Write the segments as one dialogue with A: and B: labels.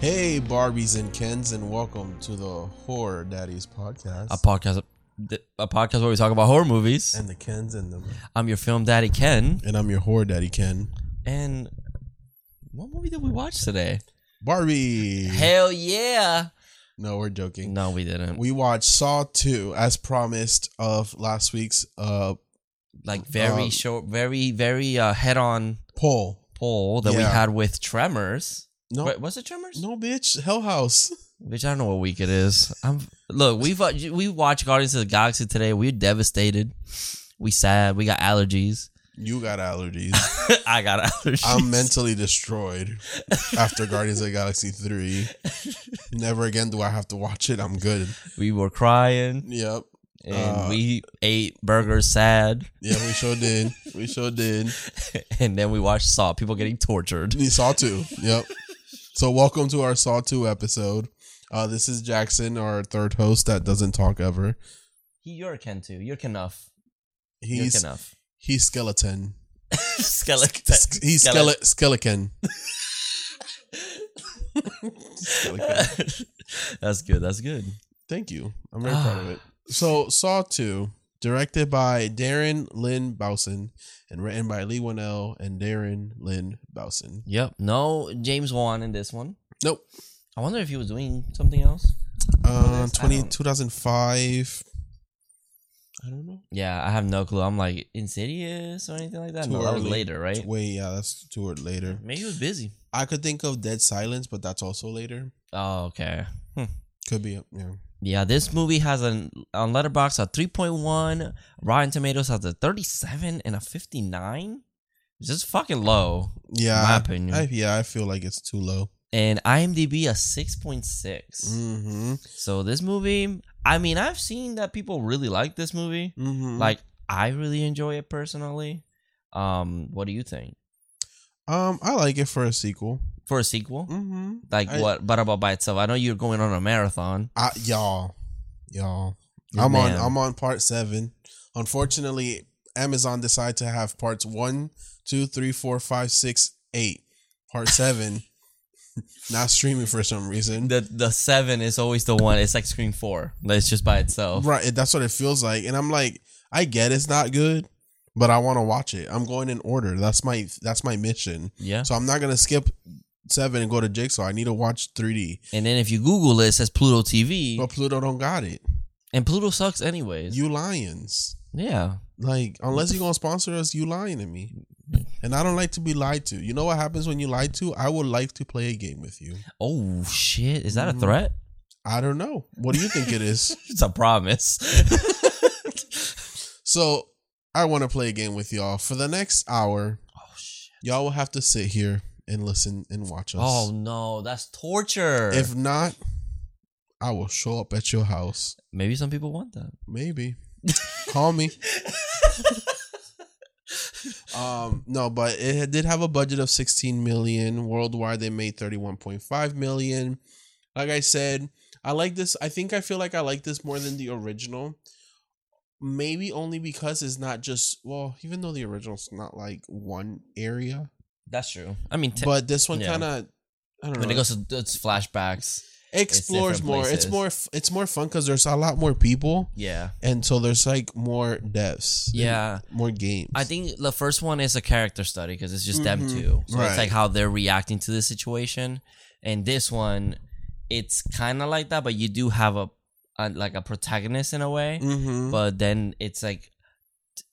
A: Hey, Barbies and Kens, and welcome to the Horror Daddies podcast.
B: a podcast a podcast where we talk about horror movies.
A: and the Kens and them.
B: I'm your film daddy Ken,
A: And I'm your Horror Daddy Ken.
B: and what movie did we watch today?
A: Barbie!
B: Hell yeah!
A: No, we're joking.
B: No, we didn't.
A: We watched Saw 2 as promised of last week's uh
B: like very
A: um,
B: short, very very uh, head-on
A: poll.
B: poll that we
A: Yeah.
B: had with Tremors.
A: No,
B: Wait, was it Tremors?
A: no, bitch. Hell House.
B: Bitch, I don't know what week it is. I'm look. We've uh, we watched Guardians of the Galaxy today. We're devastated. We sad. We got allergies.
A: You got allergies.
B: I got allergies.
A: I'm mentally destroyed after Guardians of the Galaxy 3. Never again do I have to watch it. I'm good.
B: we were crying
A: Yep.
B: and
A: Uh,
B: we ate burgers sad.
A: Yeah, we sure did. We sure did.
B: and then we watched Saw people getting tortured.
A: You saw two. Yep. so welcome to our Saw two episode. Uh, this is Jackson, our third host that doesn't talk ever.
B: He, you're a Ken too. You're Kenuff. You're
A: He's
B: Kenuff.
A: he's skeleton.
B: Skeleton.
A: S- he's skele- skeleton. skeleton.
B: that's good. That's good.
A: Thank you. I'm very proud of it. So Saw two, directed by Darren Lynn Bowson and written by Lee Winnell and Darren Lynn Bowson.
B: Yep. No James Wan in this one.
A: Nope.
B: I wonder if he was doing something else.
A: Uh,
B: this? I
A: 20,
B: don't-
A: 2005. I don't know.
B: Yeah, I have no clue. I'm like Insidious or anything like that.
A: Too
B: no, that was
A: early.
B: later, right?
A: Wait, yeah, that's toward later.
B: Maybe he was busy.
A: I could think of Dead Silence, but that's also later.
B: Oh, okay.
A: Could be, yeah.
B: Yeah, this movie has an on Letterbox a 3.1, Rotten Tomatoes has a 37 and a 59. It's just fucking low.
A: Yeah,
B: my
A: I-
B: opinion.
A: I, yeah, I feel like it's too low.
B: and IMDb a 6.6.
A: Mm-hmm.
B: So this movie, I mean, I've seen that people really like this movie.
A: Mm-hmm.
B: Like I really enjoy it personally. Um, what do you think
A: um, I like it for a sequel.
B: for a sequel?
A: Mm-hmm.
B: Like
A: I-
B: what? But about by itself, I know you're going on a marathon.
A: I, y'all, y'all,
B: Your
A: I'm
B: man.
A: on. I'm on part seven. Unfortunately, Amazon decided to have parts one, two, three, four, five, six, eight. Part seven, not streaming for some reason.
B: The the seven is always the one. It's like Scream Four. It's just by itself.
A: Right, it- that's what it feels like, and I'm like, I get it's not good, but I want to watch it. I'm going in order. That's my that's my mission.
B: Yeah.
A: So I'm not gonna skip seven and go to Jigsaw. I need to watch 3D.
B: And then if you Google it, it says Pluto TV,
A: But Pluto don't got it.
B: and Pluto sucks anyways.
A: Oh. You lions,
B: yeah.
A: like unless you gonna sponsor us, you lying to me. And I don't like to be lied to. You know what happens when you lie to? I would like to play a game with you.
B: Oh shit! Is that
A: Mm.
B: a threat?
A: I don't know. What do you think it is?
B: It's a promise.
A: So I want to play a game with y'all for the next hour.
B: oh shit.
A: Y'all will have to sit here and listen and watch us.
B: Oh no, that's torture.
A: If not, I will show up at your house.
B: Maybe some people want that.
A: Maybe. Call me. um no, but it had- did have a budget of 16 million. Worldwide they made 31.5 million. Like I said, I like this. I think I feel like I like this more than the original. Maybe only because it's not just well, even though the original's not like one area,
B: That's true. I mean, t-
A: but this one
B: yeah.
A: kind of I don't know.
B: when it goes to it's flashbacks,
A: explores
B: different
A: more. It's
B: places.
A: more. f- It's more fun because there's a lot more people,
B: yeah,
A: and so there's like more depths. and
B: yeah.
A: more games.
B: I think the first one is a character study because it's just them
A: Mhm.
B: two. So
A: Right.
B: it's like how they're reacting to the situation, and this one, it's kind of like that, but you do have a, a like a protagonist in a way.
A: Mm-hmm.
B: But then it's like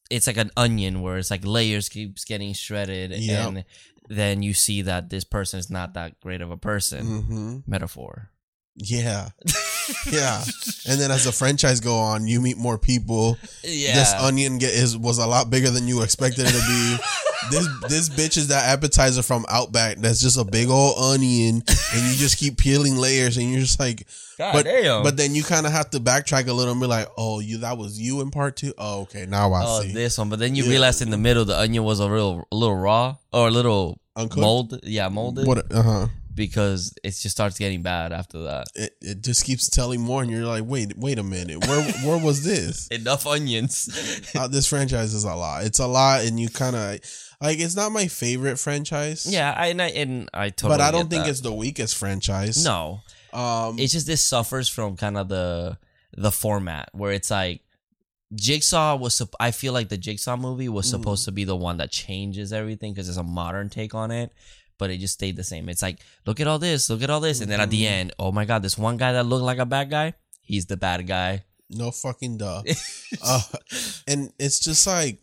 B: it's like an onion where it's like layers keeps getting shredded,
A: Yep.
B: and then you see that this person is not that great of a person.
A: hmm
B: Metaphor.
A: Yeah, yeah. And then as the franchise go on, you meet more people.
B: yeah.
A: This onion get is was a lot bigger than you expected it to be. this this bitch is that appetizer from Outback that's just a big old onion, and you just keep peeling layers, and you're just like.
B: God
A: but
B: damn.
A: but then you kind of have to backtrack a little and be like, oh, you that was you in part two. Oh, okay, now I
B: oh,
A: see.
B: this one. But then you
A: Yeah.
B: realize in the middle the onion was a real, a little raw or a little
A: Uncooked?
B: mold. Yeah, molded.
A: What? Uh huh.
B: because it just starts getting bad after that.
A: It, it just keeps telling more, and you're like, wait, wait a minute, where where was this?
B: Enough onions.
A: Uh, this franchise is a lot. It's a lot, and you kind of like it's not my favorite franchise.
B: yeah, I, and I and I totally.
A: but I
B: get
A: don't think
B: that.
A: it's the weakest franchise.
B: no.
A: um,
B: It's just this suffers from kind of the the format where it's like Jigsaw was. sup- I feel like the Jigsaw movie was
A: Mm.
B: supposed to be the one that changes everything because it's a modern take on it, but it just stayed the same. It's like look at all this, look at all this, and then at the
A: Mhm.
B: end, oh my god, this one guy that looked like a bad guy, he's the bad guy.
A: no fucking duh. Uh, and it's just like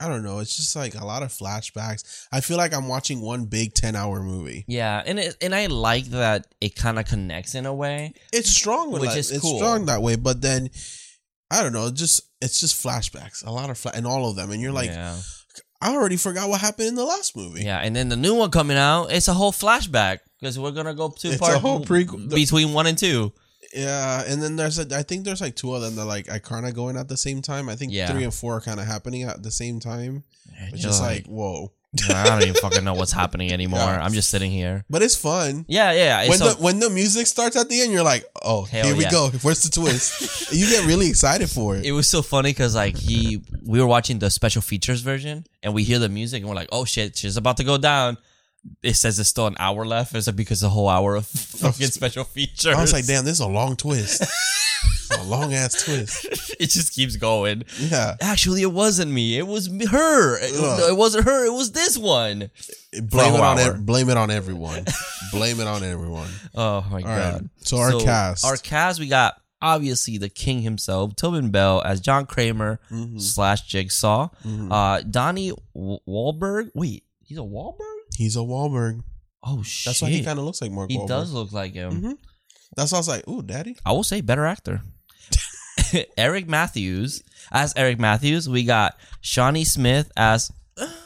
A: I don't know. It's just like a lot of flashbacks. I feel like I'm watching one big ten hour movie.
B: Yeah, and it, and I like that it kind of connects in a way.
A: It's strong, with
B: Which
A: that.
B: is
A: it's
B: cool.
A: strong that way. But then I don't know. it Just it's just flashbacks. A lot of fla- and all of them. And you're like,
B: yeah.
A: I already forgot what happened in the last movie.
B: yeah, and then the new one coming out, it's a whole flashback because we're gonna go to
A: It's a
B: part
A: whole prequel.
B: between one and two.
A: Yeah, and then there's a, I think there's like two of them that like are kind of going at the same time. I think
B: Yeah.
A: three and four are kind of happening at the same time,
B: And
A: which
B: you're
A: is like whoa.
B: I don't even fucking know what's happening anymore.
A: Yeah.
B: I'm just sitting here.
A: But it's fun.
B: Yeah, yeah.
A: When
B: It's
A: the when the music starts at the end, you're like, oh,
B: Hell
A: here we
B: yeah.
A: go. Where's the twist? you get really excited for it.
B: it was so funny because like he, we were watching the special features version, and we hear the music, and we're like, oh shit, shit's about to go down. It says there's still an hour left. It's like because the whole hour of fucking special features.
A: I was like, damn, this is a long twist. a long ass twist.
B: it just keeps going.
A: Yeah,
B: Actually, it wasn't me. It was me- her. It,
A: Ugh.
B: no, it wasn't her. It was this one.
A: blame it
B: whole
A: on
B: hour.
A: ev- blame it on everyone. blame it on everyone.
B: Oh
A: All right.
B: my god.
A: So our cast.
B: Our cast. We got obviously the king himself, Tobin Bell as John Kramer
A: Mhm,
B: slash Jigsaw.
A: mhm.
B: Uh, Donnie w- Wahlberg. Wait, he's a Wahlberg.
A: He's a Wahlberg.
B: Oh shit.
A: That's why he kind of looks like Mark.
B: He
A: Wahlberg.
B: does look like him.
A: Mhm. That's why I was like, ooh, daddy.
B: I will say better actor. Eric Matthews as Eric Matthews. We got Shawnee Smith as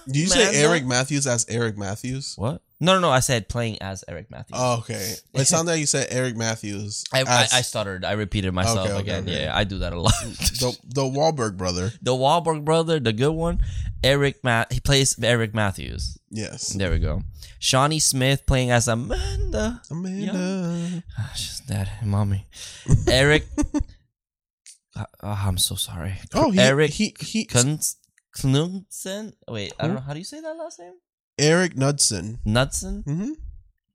A: Did you say
B: Mando?
A: Eric Matthews as Eric Matthews?
B: what? No, no, no. I said playing as Eric Matthews.
A: Oh, okay. It sounded like you said Eric Matthews.
B: I, I,
A: as
B: I stuttered. I repeated myself
A: Okay, okay,
B: again.
A: okay.
B: Yeah, I do that a lot.
A: the the Wahlberg brother.
B: the Wahlberg brother, the good one, Eric Matt. He plays Eric Matthews.
A: Yes.
B: There we go. Shawnee Smith playing as Amanda.
A: Amanda.
B: Ah, She's dead, mommy. Eric. Ah, ah, I'm so sorry.
A: Oh, he,
B: Eric
A: He he.
B: Kunz- Knudsen. Wait, I don't know. How do you say that last name?
A: Eric Knudsen.
B: Knudsen.
A: hmm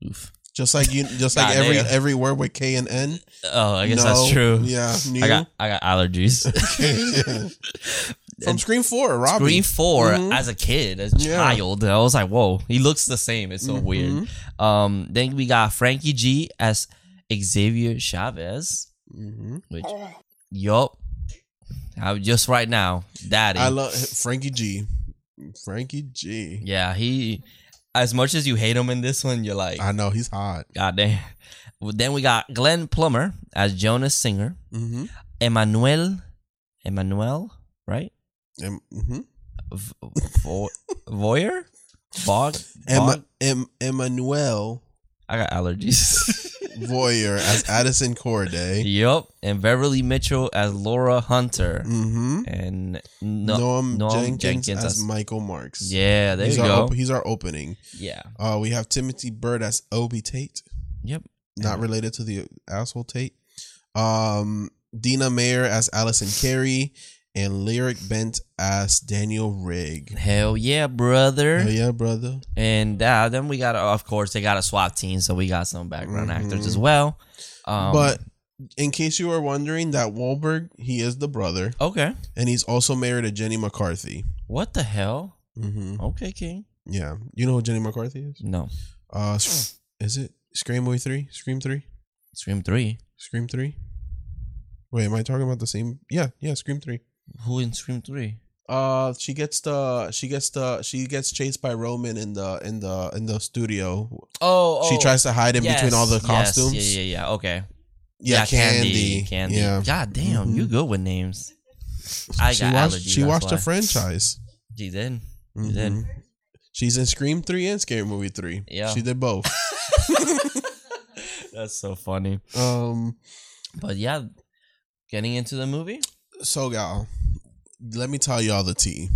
B: Oof.
A: Just like you. Just like
B: God
A: every
B: damn.
A: every word with K and N.
B: Oh, I guess that's
A: No.
B: true.
A: Yeah. New.
B: I got I got allergies.
A: From Scream Four, Robbie.
B: Screen 4
A: Mhm.
B: as a kid, as a
A: Yeah.
B: child. I was like, whoa, he looks the same. It's so
A: Mhm.
B: weird. Um, then we got Frankie G as Xavier Chavez,
A: Mhm.
B: which yup. I'm just right now, daddy.
A: I love Frankie G. Frankie G.
B: yeah, he. As much as you hate him in this one, you're like,
A: I know he's hot.
B: God damn. Well, Then we got Glenn Plummer as Jonas Singer,
A: Mm-hmm.
B: Emmanuel, Emmanuel, right?
A: Mm-hmm.
B: V- vo- Voyer, Vog,
A: Emma,
B: Vog?
A: em, Emmanuel
B: I got allergies.
A: Voyer as Addison Corday.
B: Yup, and Beverly Mitchell as Laura Hunter,
A: Mm-hmm.
B: and no,
A: Noam,
B: Noam
A: Jenkins,
B: Jenkins
A: as
B: as-
A: Michael Marks.
B: yeah, there
A: he's
B: you
A: our
B: go.
A: op- he's our opening.
B: yeah,
A: Uh, we have Timothy Bird as Obi Tate.
B: Yep.
A: Not
B: And-
A: related to the asshole Tate. Um, Dina Mayer as Allison Carey, and Lyric Bent as Daniel Rigg.
B: hell yeah, brother.
A: Hell yeah, brother.
B: And uh, then we got, of course, they got a SWAT team, so we got some background
A: Mhm.
B: actors as well. Um,
A: but in case you were wondering, that Wahlberg, he is the brother,
B: okay,
A: and he's also married to Jenny McCarthy.
B: what the hell?
A: Mm-hmm.
B: Okay, King.
A: Yeah, you know who Jenny McCarthy is?
B: No,
A: Uh, s- is it Scream Boy Three? Scream Three?
B: Scream Three.
A: Scream Three? Wait, am I talking about the same? Yeah, yeah, Scream Three.
B: Who in Scream Three?
A: Uh, she gets the she gets the she gets chased by Roman in the in the in the studio.
B: Oh, oh
A: She tries to hide him between all the
B: yes,
A: costumes.
B: Yes, yeah, yeah, yeah. Okay.
A: yeah, Candy,
B: Candy. Candy.
A: Yeah, Mm-hmm.
B: God damn, you good with names. I
A: she
B: got
A: watched
B: allergies.
A: she
B: that's
A: watched
B: why.
A: the franchise.
B: She did.
A: Mhm.
B: did.
A: She's in Scream Three and Scary Movie Three.
B: Yeah.
A: she did both.
B: That's so funny.
A: um,
B: But yeah, getting into the movie.
A: so gal, let me tell y'all the tea.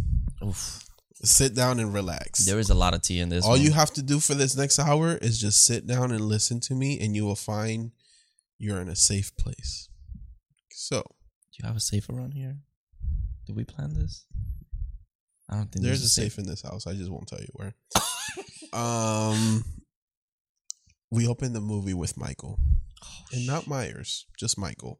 B: Oof.
A: Sit down and relax.
B: There is a lot of tea in this.
A: All
B: one.
A: you have to do for this next hour is just sit down and listen to me, and you will find you're in a safe place. So
B: do you have a safe around here? Did we plan this? I don't think
A: there's a safe in this house. I just won't tell you where. um, we open the movie with Michael,
B: Oh,
A: and not Myers, just Michael,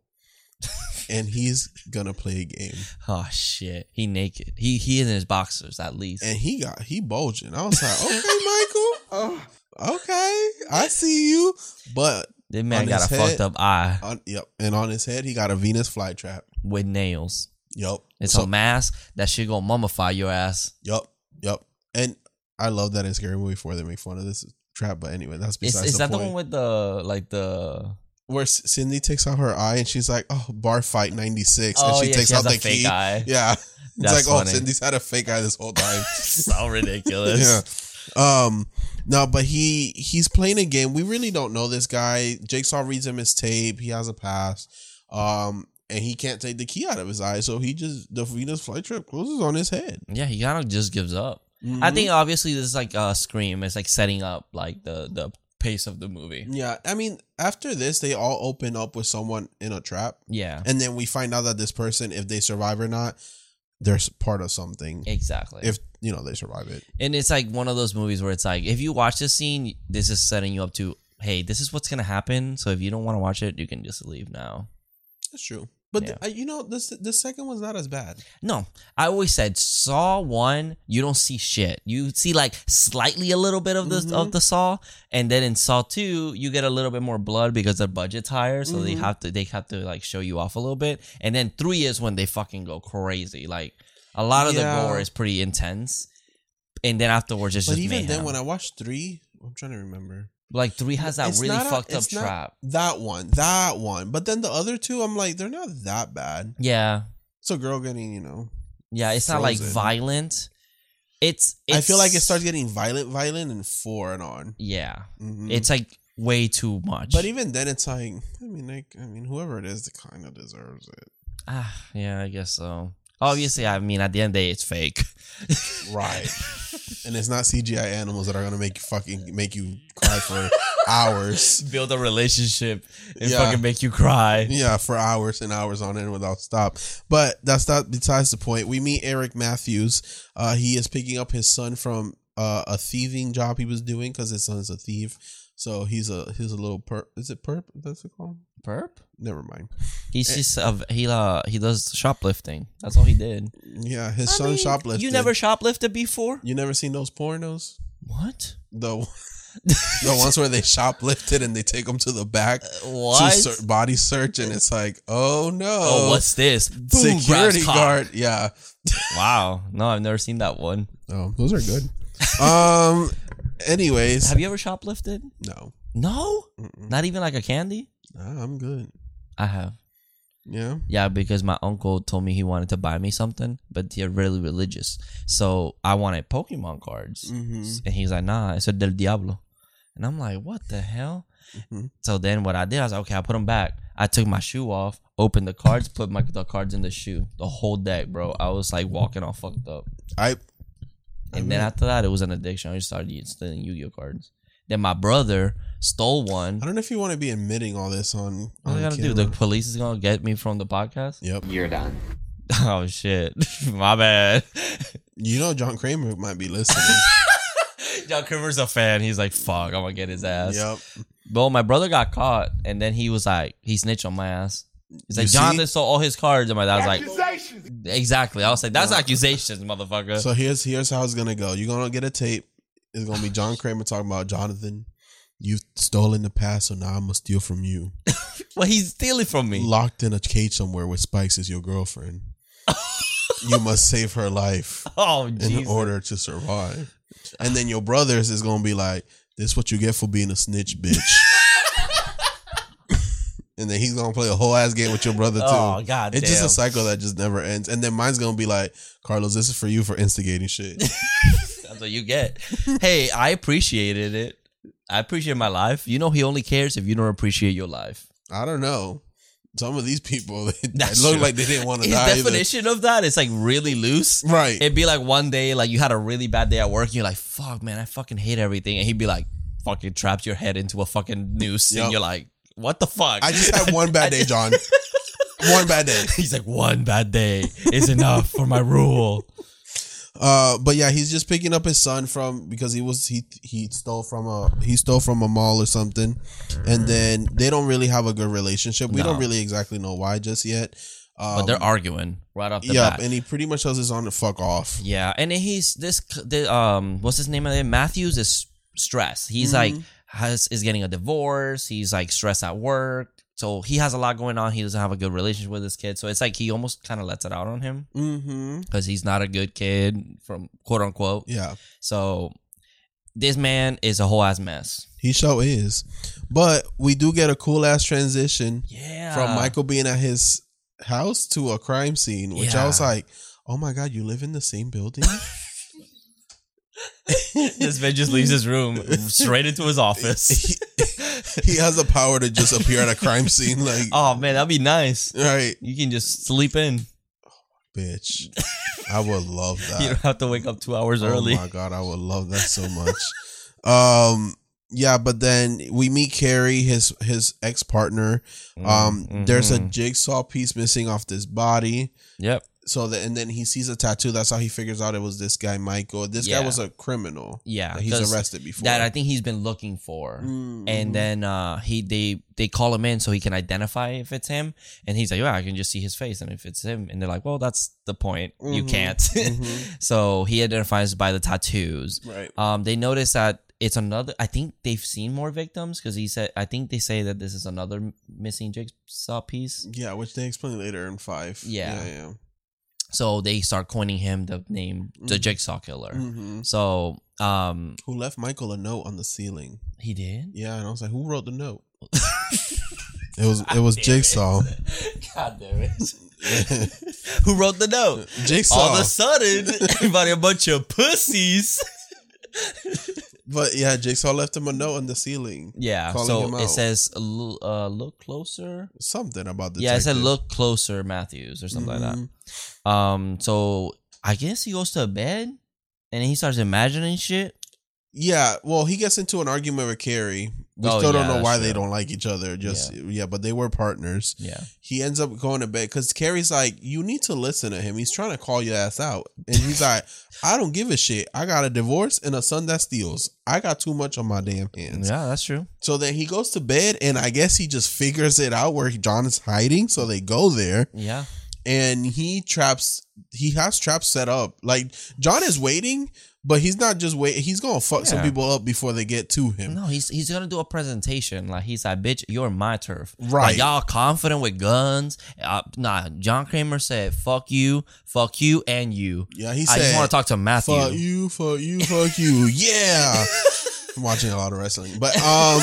A: and he's gonna play a game.
B: Oh shit! He naked. He he in his boxers at least.
A: and he got he bulging. I was like, okay, Michael, uh, okay, I see you. But
B: That
A: on
B: man got a
A: his head.
B: fucked up eye
A: on, yep, and on his head he got a Venus flytrap.
B: with nails.
A: Yep,
B: It's
A: so,
B: a mask that shit gonna mummify your ass.
A: yep, yep. And I love that in scary movie four they make fun of this trap. But anyway, that's
B: Is,
A: besides
B: is
A: the
B: that
A: point.
B: the one with the like the?
A: Where S- Cindy takes out her eye and she's like, "Oh, bar fight '96," and
B: oh
A: she
B: yeah,
A: takes
B: she
A: out
B: has
A: the
B: a fake
A: key.
B: eye.
A: Yeah, it's like,
B: That's
A: "Oh,
B: funny.
A: Cindy's had a fake eye this whole time."
B: so ridiculous.
A: Yeah. Um. No, but he he's playing a game. We really don't know this guy. Jigsaw reads him his tape. He has a pass. Um, and he can't take the key out of his eye, so he just the Venus flytrap closes on his head.
B: Yeah, he kind of just gives up. I
A: Mm-hmm.
B: think obviously this is like a scream. It's like setting up like the the pace of the movie.
A: Mm-hmm. Yeah, I mean, after this, they all open up with someone in a trap,
B: Yeah,
A: and then we find out that this person, if they survive or not, they're s- part of something.
B: exactly.
A: If you know they survive it,
B: and it's like one of those movies where it's like if you watch this scene, this is setting you up to hey, this is what's gonna happen. So if you don't want to watch it, you can just leave now.
A: that's true. But
B: Yeah.
A: uh, you know, this the second one's not as bad.
B: No, I always said Saw one, you don't see shit. You see like slightly a little bit of the
A: Mhm.
B: of the Saw, and then in Saw two, you get a little bit more blood because the budget's higher, so they
A: Mhm.
B: have to they have to like show you off a little bit. And then three is when they fucking go crazy. Like a lot of
A: Yeah.
B: the gore is pretty intense, and then afterwards it's
A: But
B: just
A: even
B: mayhem.
A: then, when I watched three, I'm trying to remember.
B: like three has that
A: It's
B: really
A: not a-
B: fucked up
A: it's not-
B: trap.
A: That one, that one. But then the other two, I'm like, they're not that bad.
B: Yeah,
A: It's a girl getting, you know.
B: yeah, it's not like
A: Frozen.
B: violent. It's, it's
A: I feel like it starts getting violent, violent, and four and on.
B: Yeah,
A: Mhm.
B: it's like way too much.
A: but even then, it's like, I mean, like, I mean, whoever it is, that kind of deserves it,
B: Ah, yeah, I guess so. Obviously, I mean, at the end of the day, it's fake.
A: right? and it's not CGI animals that are gonna make you fucking make you cry for hours.
B: Build a relationship and
A: Yeah.
B: fucking make you cry.
A: Yeah, for hours and hours on end without stop. But that's not besides the point. We meet Eric Matthews. Uh, he is picking up his son from uh, a thieving job he was doing because his son's a thief. So he's a he's a little perp. Is it perp? That's it called.
B: Perp?
A: Never mind.
B: He's
A: Eh.
B: just a, he uh, he does shoplifting. That's all he did.
A: Yeah, his
B: I
A: son
B: mean,
A: shoplifted.
B: You never shoplifted before?
A: you never seen those pornos?
B: What?
A: The the ones where they shoplifted and they take them to the back
B: Uh, What?
A: to ser- body search, and it's like, oh no,
B: oh, what's this? Boom, grabs
A: security
B: cock.
A: guard? Yeah.
B: Wow. No, I've never seen that one.
A: Oh, those are good. um. Anyways,
B: Have you ever shoplifted?
A: no,
B: No.
A: Mm-mm.
B: Not even like a candy?
A: Nah, I'm good.
B: I have.
A: Yeah.
B: Yeah, because my uncle told me he wanted to buy me something, but they're really religious. So I wanted Pokemon cards.
A: Mm-hmm.
B: And he's like, nah, it's a del diablo. And I'm like, what the hell?
A: Mhm.
B: So then what I did, I was like, okay, I put them back. I took my shoe off, opened the cards, put my the cards in the shoe. The whole deck, bro. I was like walking all fucked up.
A: I. I
B: And then
A: mean,
B: after that, it was an addiction. I just started stealing Yu-Gi-Oh cards. Then my brother stole one.
A: I don't know if you want to be admitting all this on.
B: What am I
A: on
B: gonna do? The
A: camera.
B: police is gonna get me from the podcast?
A: Yep.
C: You're done.
B: Oh shit. my bad.
A: You know, John Kramer might be listening.
B: John Kramer's a fan. He's like, fuck, I'm gonna get his ass.
A: yep.
B: Well, my brother got caught, and then he was like, he snitched on my ass. He's like,
A: You
B: John,
A: see?
B: this stole all his cards, and my dad was like, exactly. I was like, that's accusations, motherfucker.
A: So here's here's how it's gonna go. You're gonna get a tape. It's gonna be John Kramer talking about Jonathan. You've stolen the past, so now I'm gonna steal from you.
B: well, he's stealing from me.
A: Locked in a cage somewhere with Spikes is your girlfriend. you must save her life.
B: Oh,
A: in
B: Jesus.
A: order to survive. And then your brothers is gonna be like, "This what you get for being a snitch, bitch." and then he's gonna play a whole ass game with your brother too.
B: Oh, god
A: it's just a
B: damn.
A: cycle that just never ends. And then mine's gonna be like, "Carlos, this is for you for instigating shit."
B: That's what you get. hey, I appreciated it. I appreciate my life. You know, he only cares if you don't appreciate your life.
A: I don't know. Some of these people they,
B: That's
A: look
B: true.
A: like they didn't want to
B: His
A: die. either.
B: definition of that is like really loose.
A: Right.
B: It'd be like one day, like you had a really bad day at work, and you're like, fuck, man, I fucking hate everything. And he'd be like, fucking trapped your head into a fucking noose.
A: Yup.
B: And you're like, what the fuck?
A: I just had one bad day, John. one bad day.
B: He's like, one bad day is enough for my rule.
A: Uh, but yeah, he's just picking up his son from because he was he he stole from a he stole from a mall or something, and then they don't really have a good relationship. We don't
B: No.
A: really exactly know why just yet. Um,
B: But they're arguing right off the
A: yeah,
B: bat.
A: and he pretty much tells his son to fuck off.
B: yeah, and he's this. The, um, what's his name? again? Matthews is stressed. He's
A: Mm-hmm.
B: like has is getting a divorce. He's like stressed at work, so he has a lot going on. He doesn't have a good relationship with his kid, so it's like he almost kind of lets it out on him
A: Mm-hmm.
B: because he's not a good kid from quote unquote.
A: Yeah,
B: So this man is a whole ass mess.
A: he sure is. But we do get a cool ass transition
B: Yeah,
A: from Michael being at his house to a crime scene, which I was
B: Yeah.
A: like, oh my god, you live in the same building.
B: this man just leaves his room straight into his office.
A: he, he has the power to just appear at a crime scene like
B: oh man, that'd be nice.
A: right
B: You can just sleep in.
A: bitch i would love that
B: You don't have to wake up two hours
A: Uh, oh
B: early.
A: my god i would love that so much um yeah but then we meet carrie his his ex-partner
B: Mm,
A: um there's a
B: Mhm.
A: jigsaw piece missing off this body
B: yep.
A: so that and then he sees a tattoo that's how he figures out it was this guy michael this guy
B: Yeah.
A: was a criminal
B: Yeah,
A: that he's
B: 'cause
A: arrested before
B: that I think he's been looking for.
A: Mhm.
B: And then uh, he they they call him in so he can identify if it's him, and he's like, "Yeah, I can just see his face, and if it's him," and they're like, "Well, that's the point. You
A: Mhm.
B: can't."
A: Mhm.
B: so he identifies by the tattoos.
A: right
B: Um, they notice that it's another. I think they've seen more victims because he said. I think they say that this is another m- missing jigsaw piece.
A: yeah which they explain later in five
B: Yeah.
A: yeah, yeah.
B: So they start coining him the name the
A: Mhm.
B: jigsaw killer.
A: Mhm.
B: So um,
A: who left Michael a note on the ceiling.
B: he did.
A: Yeah, and I was like, who wrote the note? it was it was Jigsaw.
B: God damn it. Who wrote the note?
A: Jigsaw.
B: All of a sudden, everybody a bunch of pussies.
A: but yeah, Jigsaw left him a note on the ceiling.
B: Yeah.
A: Calling him
B: so
A: out.
B: it says l- uh, look closer.
A: Something about the Mm-hmm.
B: Yeah, it said look closer, Matthews, or something like that. Um, so I guess he goes to bed and he starts imagining shit.
A: Yeah, well, he gets into an argument with Carrie. We
B: Oh,
A: still don't
B: yeah,
A: know
B: that's
A: why
B: true.
A: they don't like each other. Just yeah. but they were partners.
B: Yeah.
A: He ends up going to bed because Carrie's like, "You need to listen to him. He's trying to call your ass out." And he's like, "I don't give a shit. I got a divorce and a son that steals. I got too much on my damn hands."
B: Yeah, that's true.
A: So then he goes to bed, and I guess he just figures it out where John is hiding. So they go there,
B: Yeah.
A: and he traps. He has traps set up. Like John is waiting, but he's not just wait. He's gonna fuck some
B: Yeah.
A: people up before they get to him.
B: No, he's he's gonna do a presentation. Like he's like, bitch, you're my turf. Like,
A: Right.
B: y'all confident with guns. Uh, nah, John Kramer said, fuck you, fuck you, and you.
A: Yeah, he
B: I just
A: said,
B: want to talk to Matthew.
A: "Fuck you, fuck you, fuck you." Yeah, I'm watching a lot of wrestling, but um,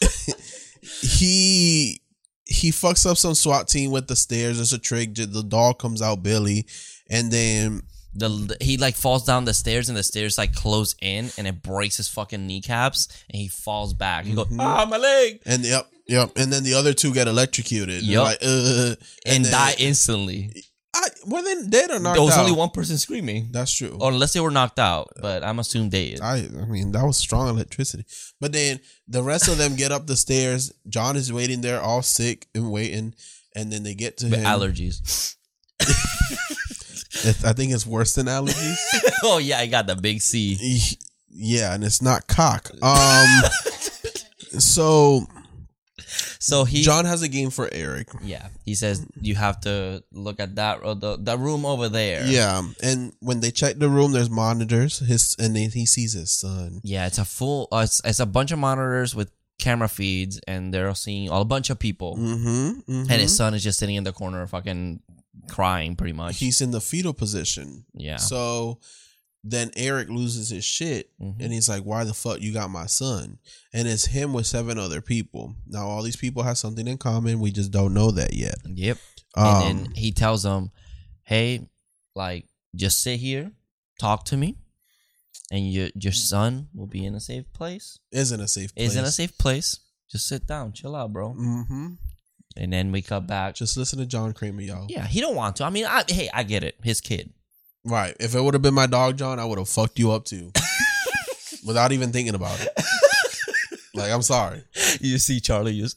A: he he fucks up some SWAT team with the stairs. It's a trick. The dog comes out, Billy, and then
B: The he like falls down the stairs and the stairs like close in and it breaks his fucking kneecaps and he falls back. He goes,
A: Mhm.
B: ah, my leg,
A: And yep, yep. And then the other two get electrocuted.
B: Yup.
A: Like, uh,
B: and,
A: then-
B: die instantly.
A: I, were they dead or knocked
B: There was
A: out?
B: only one Oh, person screaming,
A: That's true.
B: or unless they were knocked out. But I'm assumed they.
A: I, I mean, that was strong electricity. But then the rest of them get up the stairs. John is waiting there, all sick and waiting. And then they get to
B: But
A: him.
B: allergies.
A: It's- I think it's worse than allergies.
B: oh yeah, I got the big C.
A: Y- yeah, and it's not cock. Um. so
B: So he
A: John has a game for Eric.
B: Yeah, he says you have to look at that or the that room over there.
A: Yeah, and when they check the room, there's monitors. His and then he sees his son.
B: yeah, it's a full. Uh, it's, it's a bunch of monitors with camera feeds, and they're seeing all a bunch of people.
A: Mm-hmm,
B: And his son is just sitting in the corner, fucking crying, pretty much.
A: he's in the fetal position.
B: yeah.
A: So then Eric loses his shit
B: Mhm.
A: and he's like, Why the fuck you got my son? And it's him with seven other people. Now all these people have something in common. We just don't know that yet.
B: yep.
A: Um,
B: and then he tells them, "Hey, like, just sit here, talk to me, and your your son will be in a safe place.
A: is in a safe place.
B: Is in a safe place. Just sit down, chill out, bro."
A: Mm-hmm.
B: and then we cut back.
A: Just listen to John Kramer, y'all.
B: Yeah, he don't want to. I mean, I, hey, I get it. His kid.
A: Right. If it would have been my dog, John, I would have fucked you up too. Without even thinking about it. Like, I'm sorry.
B: You see, Charlie used.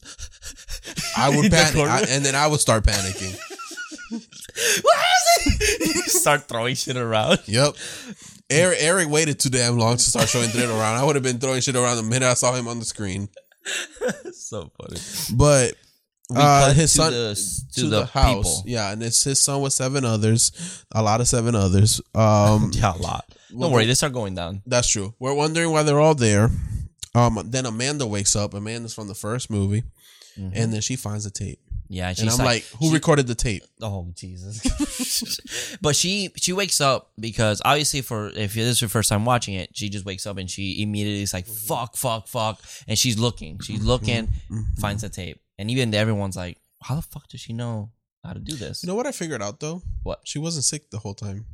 A: I would
B: In the
A: panic.
B: corner.
A: I- and then I would start panicking.
B: what is it? You start throwing shit around.
A: Yep. Eric, Eric waited too damn long to start showing shit around. I would have been throwing shit around the minute I saw him on the screen.
B: so funny.
A: But
B: We
A: uh,
B: cut
A: his
B: to
A: son
B: the, to, the, people.
A: Yeah, and it's his son with seven others, a lot of seven others. Um,
B: Yeah, a lot. Don't
A: Well,
B: worry,
A: the-
B: they start going down.
A: That's true. We're wondering why they're all there. Um, then Amanda wakes up. Amanda's from the first movie,
B: Mhm.
A: and then she finds the tape,
B: Yeah, and she's
A: and I'm like, "Who
B: she-
A: recorded the tape?"
B: Oh Jesus! but she she wakes up because obviously for if this is her first time watching it, she just wakes up and she immediately is like
A: Mm-hmm.
B: fuck, fuck, fuck, and she's looking, she's looking,
A: Mhm.
B: finds the tape, and even everyone's like, how the fuck does she know how to do this?
A: You know what I figured out though?
B: What?
A: She wasn't sick the whole time.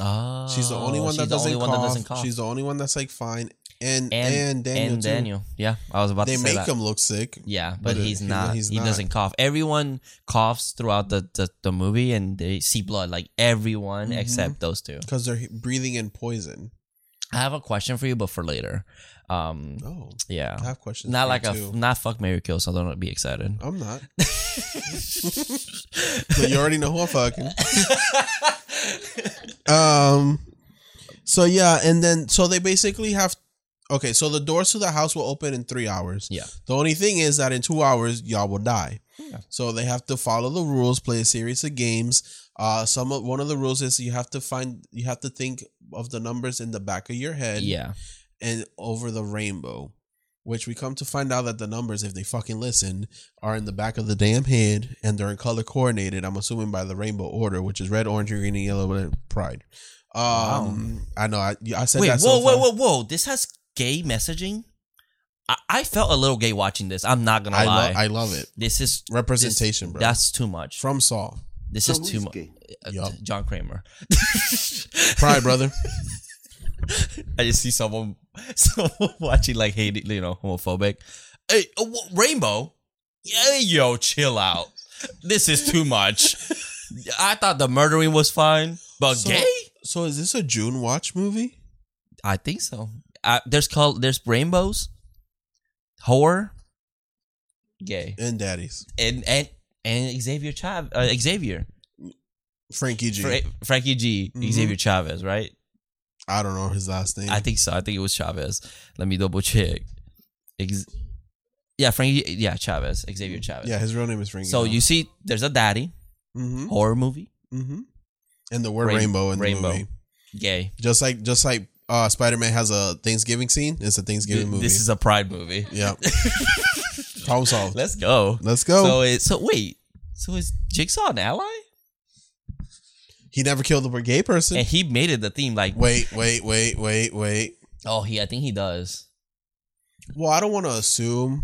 B: oh,
A: She's the only one that
B: she's the
A: doesn't
B: only
A: cough.
B: one that doesn't cough.
A: She's the only one that's like fine, and
B: And-
A: and, Daniel
B: and
A: too.
B: Daniel, yeah, I was about
A: They
B: to say
A: make
B: that.
A: him look sick.
B: Yeah, but,
A: But, uh,
B: he's
A: he-
B: not.
A: he's
B: he
A: not.
B: doesn't cough. Everyone coughs throughout the, the, the movie, and they see blood. Like everyone
A: Mhm.
B: except those two.
A: because they're breathing in poison.
B: I have a question for you, but for later. Um,
A: Oh,
B: yeah,
A: I have questions.
B: not
A: for
B: like
A: you,
B: a
A: too.
B: not fuck Mary kill. So don't be excited.
A: I'm not. But you already know who I'm fucking. Um. So yeah, and then so they basically have. Okay, so the doors to the house will open in three hours.
B: yeah,
A: The only thing is that in two hours y'all will die.
B: Yeah.
A: So they have to follow the rules, play a series of games. Uh, some of, one of the rules is you have to find you have to think of the numbers in the back of your head
B: yeah.
A: and over the rainbow, which we come to find out that the numbers, if they fucking listen, are in the back of the damn head and they're in color coordinated. I'm assuming by the rainbow order, which is red, orange, green, and yellow. With pride. Um, I know. I, I said
B: Wait, whoa,
A: that. so
B: whoa,
A: fast.
B: whoa, whoa! This has gay messaging. I, I felt a little gay watching this. I'm not gonna
A: I,
B: lie.
A: lo- I love it.
B: this is
A: Representation,
B: this-
A: bro.
B: That's too much.
A: From Saul,
B: This is too much.
A: Yup.
B: John Kramer.
A: pride, brother.
B: I just see someone, someone watching like hating, you know, homophobic. Hey, oh, wha- Rainbow. Yeah, yo, chill out. This is too much. I thought the murdering was fine, but
A: So-
B: gay.
A: So is this a June watch movie?
B: I think so. I, there's col- there's rainbows, whore, gay,
A: And daddies,
B: and and and Xavier Chav, uh, Xavier,
A: Frankie G.
B: Fra- Frankie G, Mm-hmm.
A: Mhm.
B: Xavier Chavez, right?
A: I don't know his last name.
B: I think so. I think it was Chavez. Let me double check. Ex- yeah, Frankie. Yeah, Chavez. Xavier Chavez.
A: Mm-hmm. yeah, his real name is Frankie.
B: So you see, there's a daddy
A: hmm
B: horror movie,
A: hmm and the word
B: Rain-
A: rainbow in
B: rainbow.
A: the movie.
B: gay.
A: Just like just like uh Spider Man has a Thanksgiving scene. It's a Thanksgiving
B: Th-
A: movie.
B: This is a pride movie.
A: yeah. Problem solved.
B: Let's go.
A: Let's go.
B: So it. So wait. So is Jigsaw an ally?
A: he never killed a gay person.
B: And he made it the theme. Like,
A: wait, wait, wait, wait, wait.
B: oh, he. I think he does.
A: Well, I don't want to assume,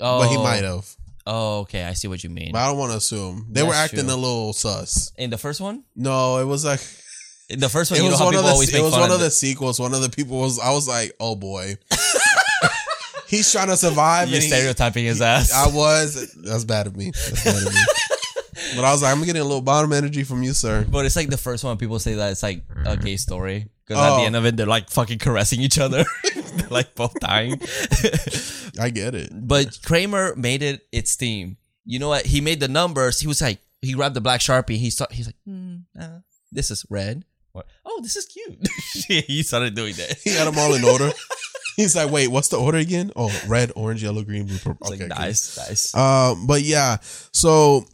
B: Oh,
A: but he might have.
B: Oh, okay. I see what you mean.
A: But I don't want to assume. They were
B: That's
A: acting
B: true.
A: a little sus.
B: In the first one,
A: No, it was like
B: in the first one,
A: it
B: you know
A: was
B: how
A: one of
B: people
A: the
B: always
A: it
B: make
A: was
B: fun
A: one
B: of
A: of the sequels. One of the people was. I was like, oh boy, he's trying to survive.
B: You're
A: and he-
B: stereotyping his ass.
A: I was. That's bad of me. That's bad of me. But I was like, I'm getting a little bottom energy from you, sir.
B: But it's like the first one people say that it's like a gay story because at
A: Oh.
B: the end of it they're like fucking caressing each other, they're like both dying.
A: I get it.
B: but Kramer made it its theme. You know what? He made the numbers. He was like he grabbed the black sharpie. He start, he's like, mm, uh, this is red. Or, oh, this is cute. he started doing that.
A: He had them all in order. He's like, wait, what's the order again? Oh, red, orange, yellow, green, blue,
B: It's
A: purple.
B: like
A: Okay, cool.
B: nice, nice.
A: Um, but yeah, so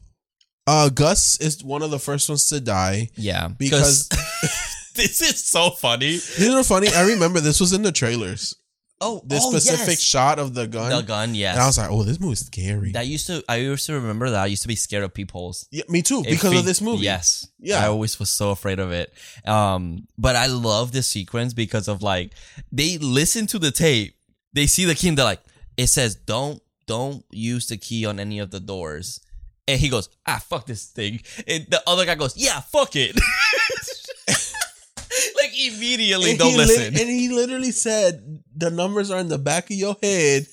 A: uh, Gus is one of the first ones to die
B: yeah,
A: because
B: this is so funny.
A: you know, funny. I remember this was in the trailers.
B: Oh,
A: This
B: oh,
A: specific
B: yes.
A: shot of the gun,
B: the gun. Yes,
A: and I was like, oh, this movie's scary.
B: that used to. I used to remember that. I used to be scared of peepholes.
A: yeah, me too,
B: It
A: because of
B: freaked-
A: this movie.
B: Yes.
A: Yeah.
B: I always was so afraid of it. Um, but I love this sequence because of like they listen to the tape, they see the key, and they're like, it says don't don't use the key on any of the doors. And he goes, ah, fuck this thing. And the other guy goes, yeah, fuck it. like immediately
A: And
B: don't
A: he lit-
B: listen.
A: and he literally said the numbers are in the back of your head.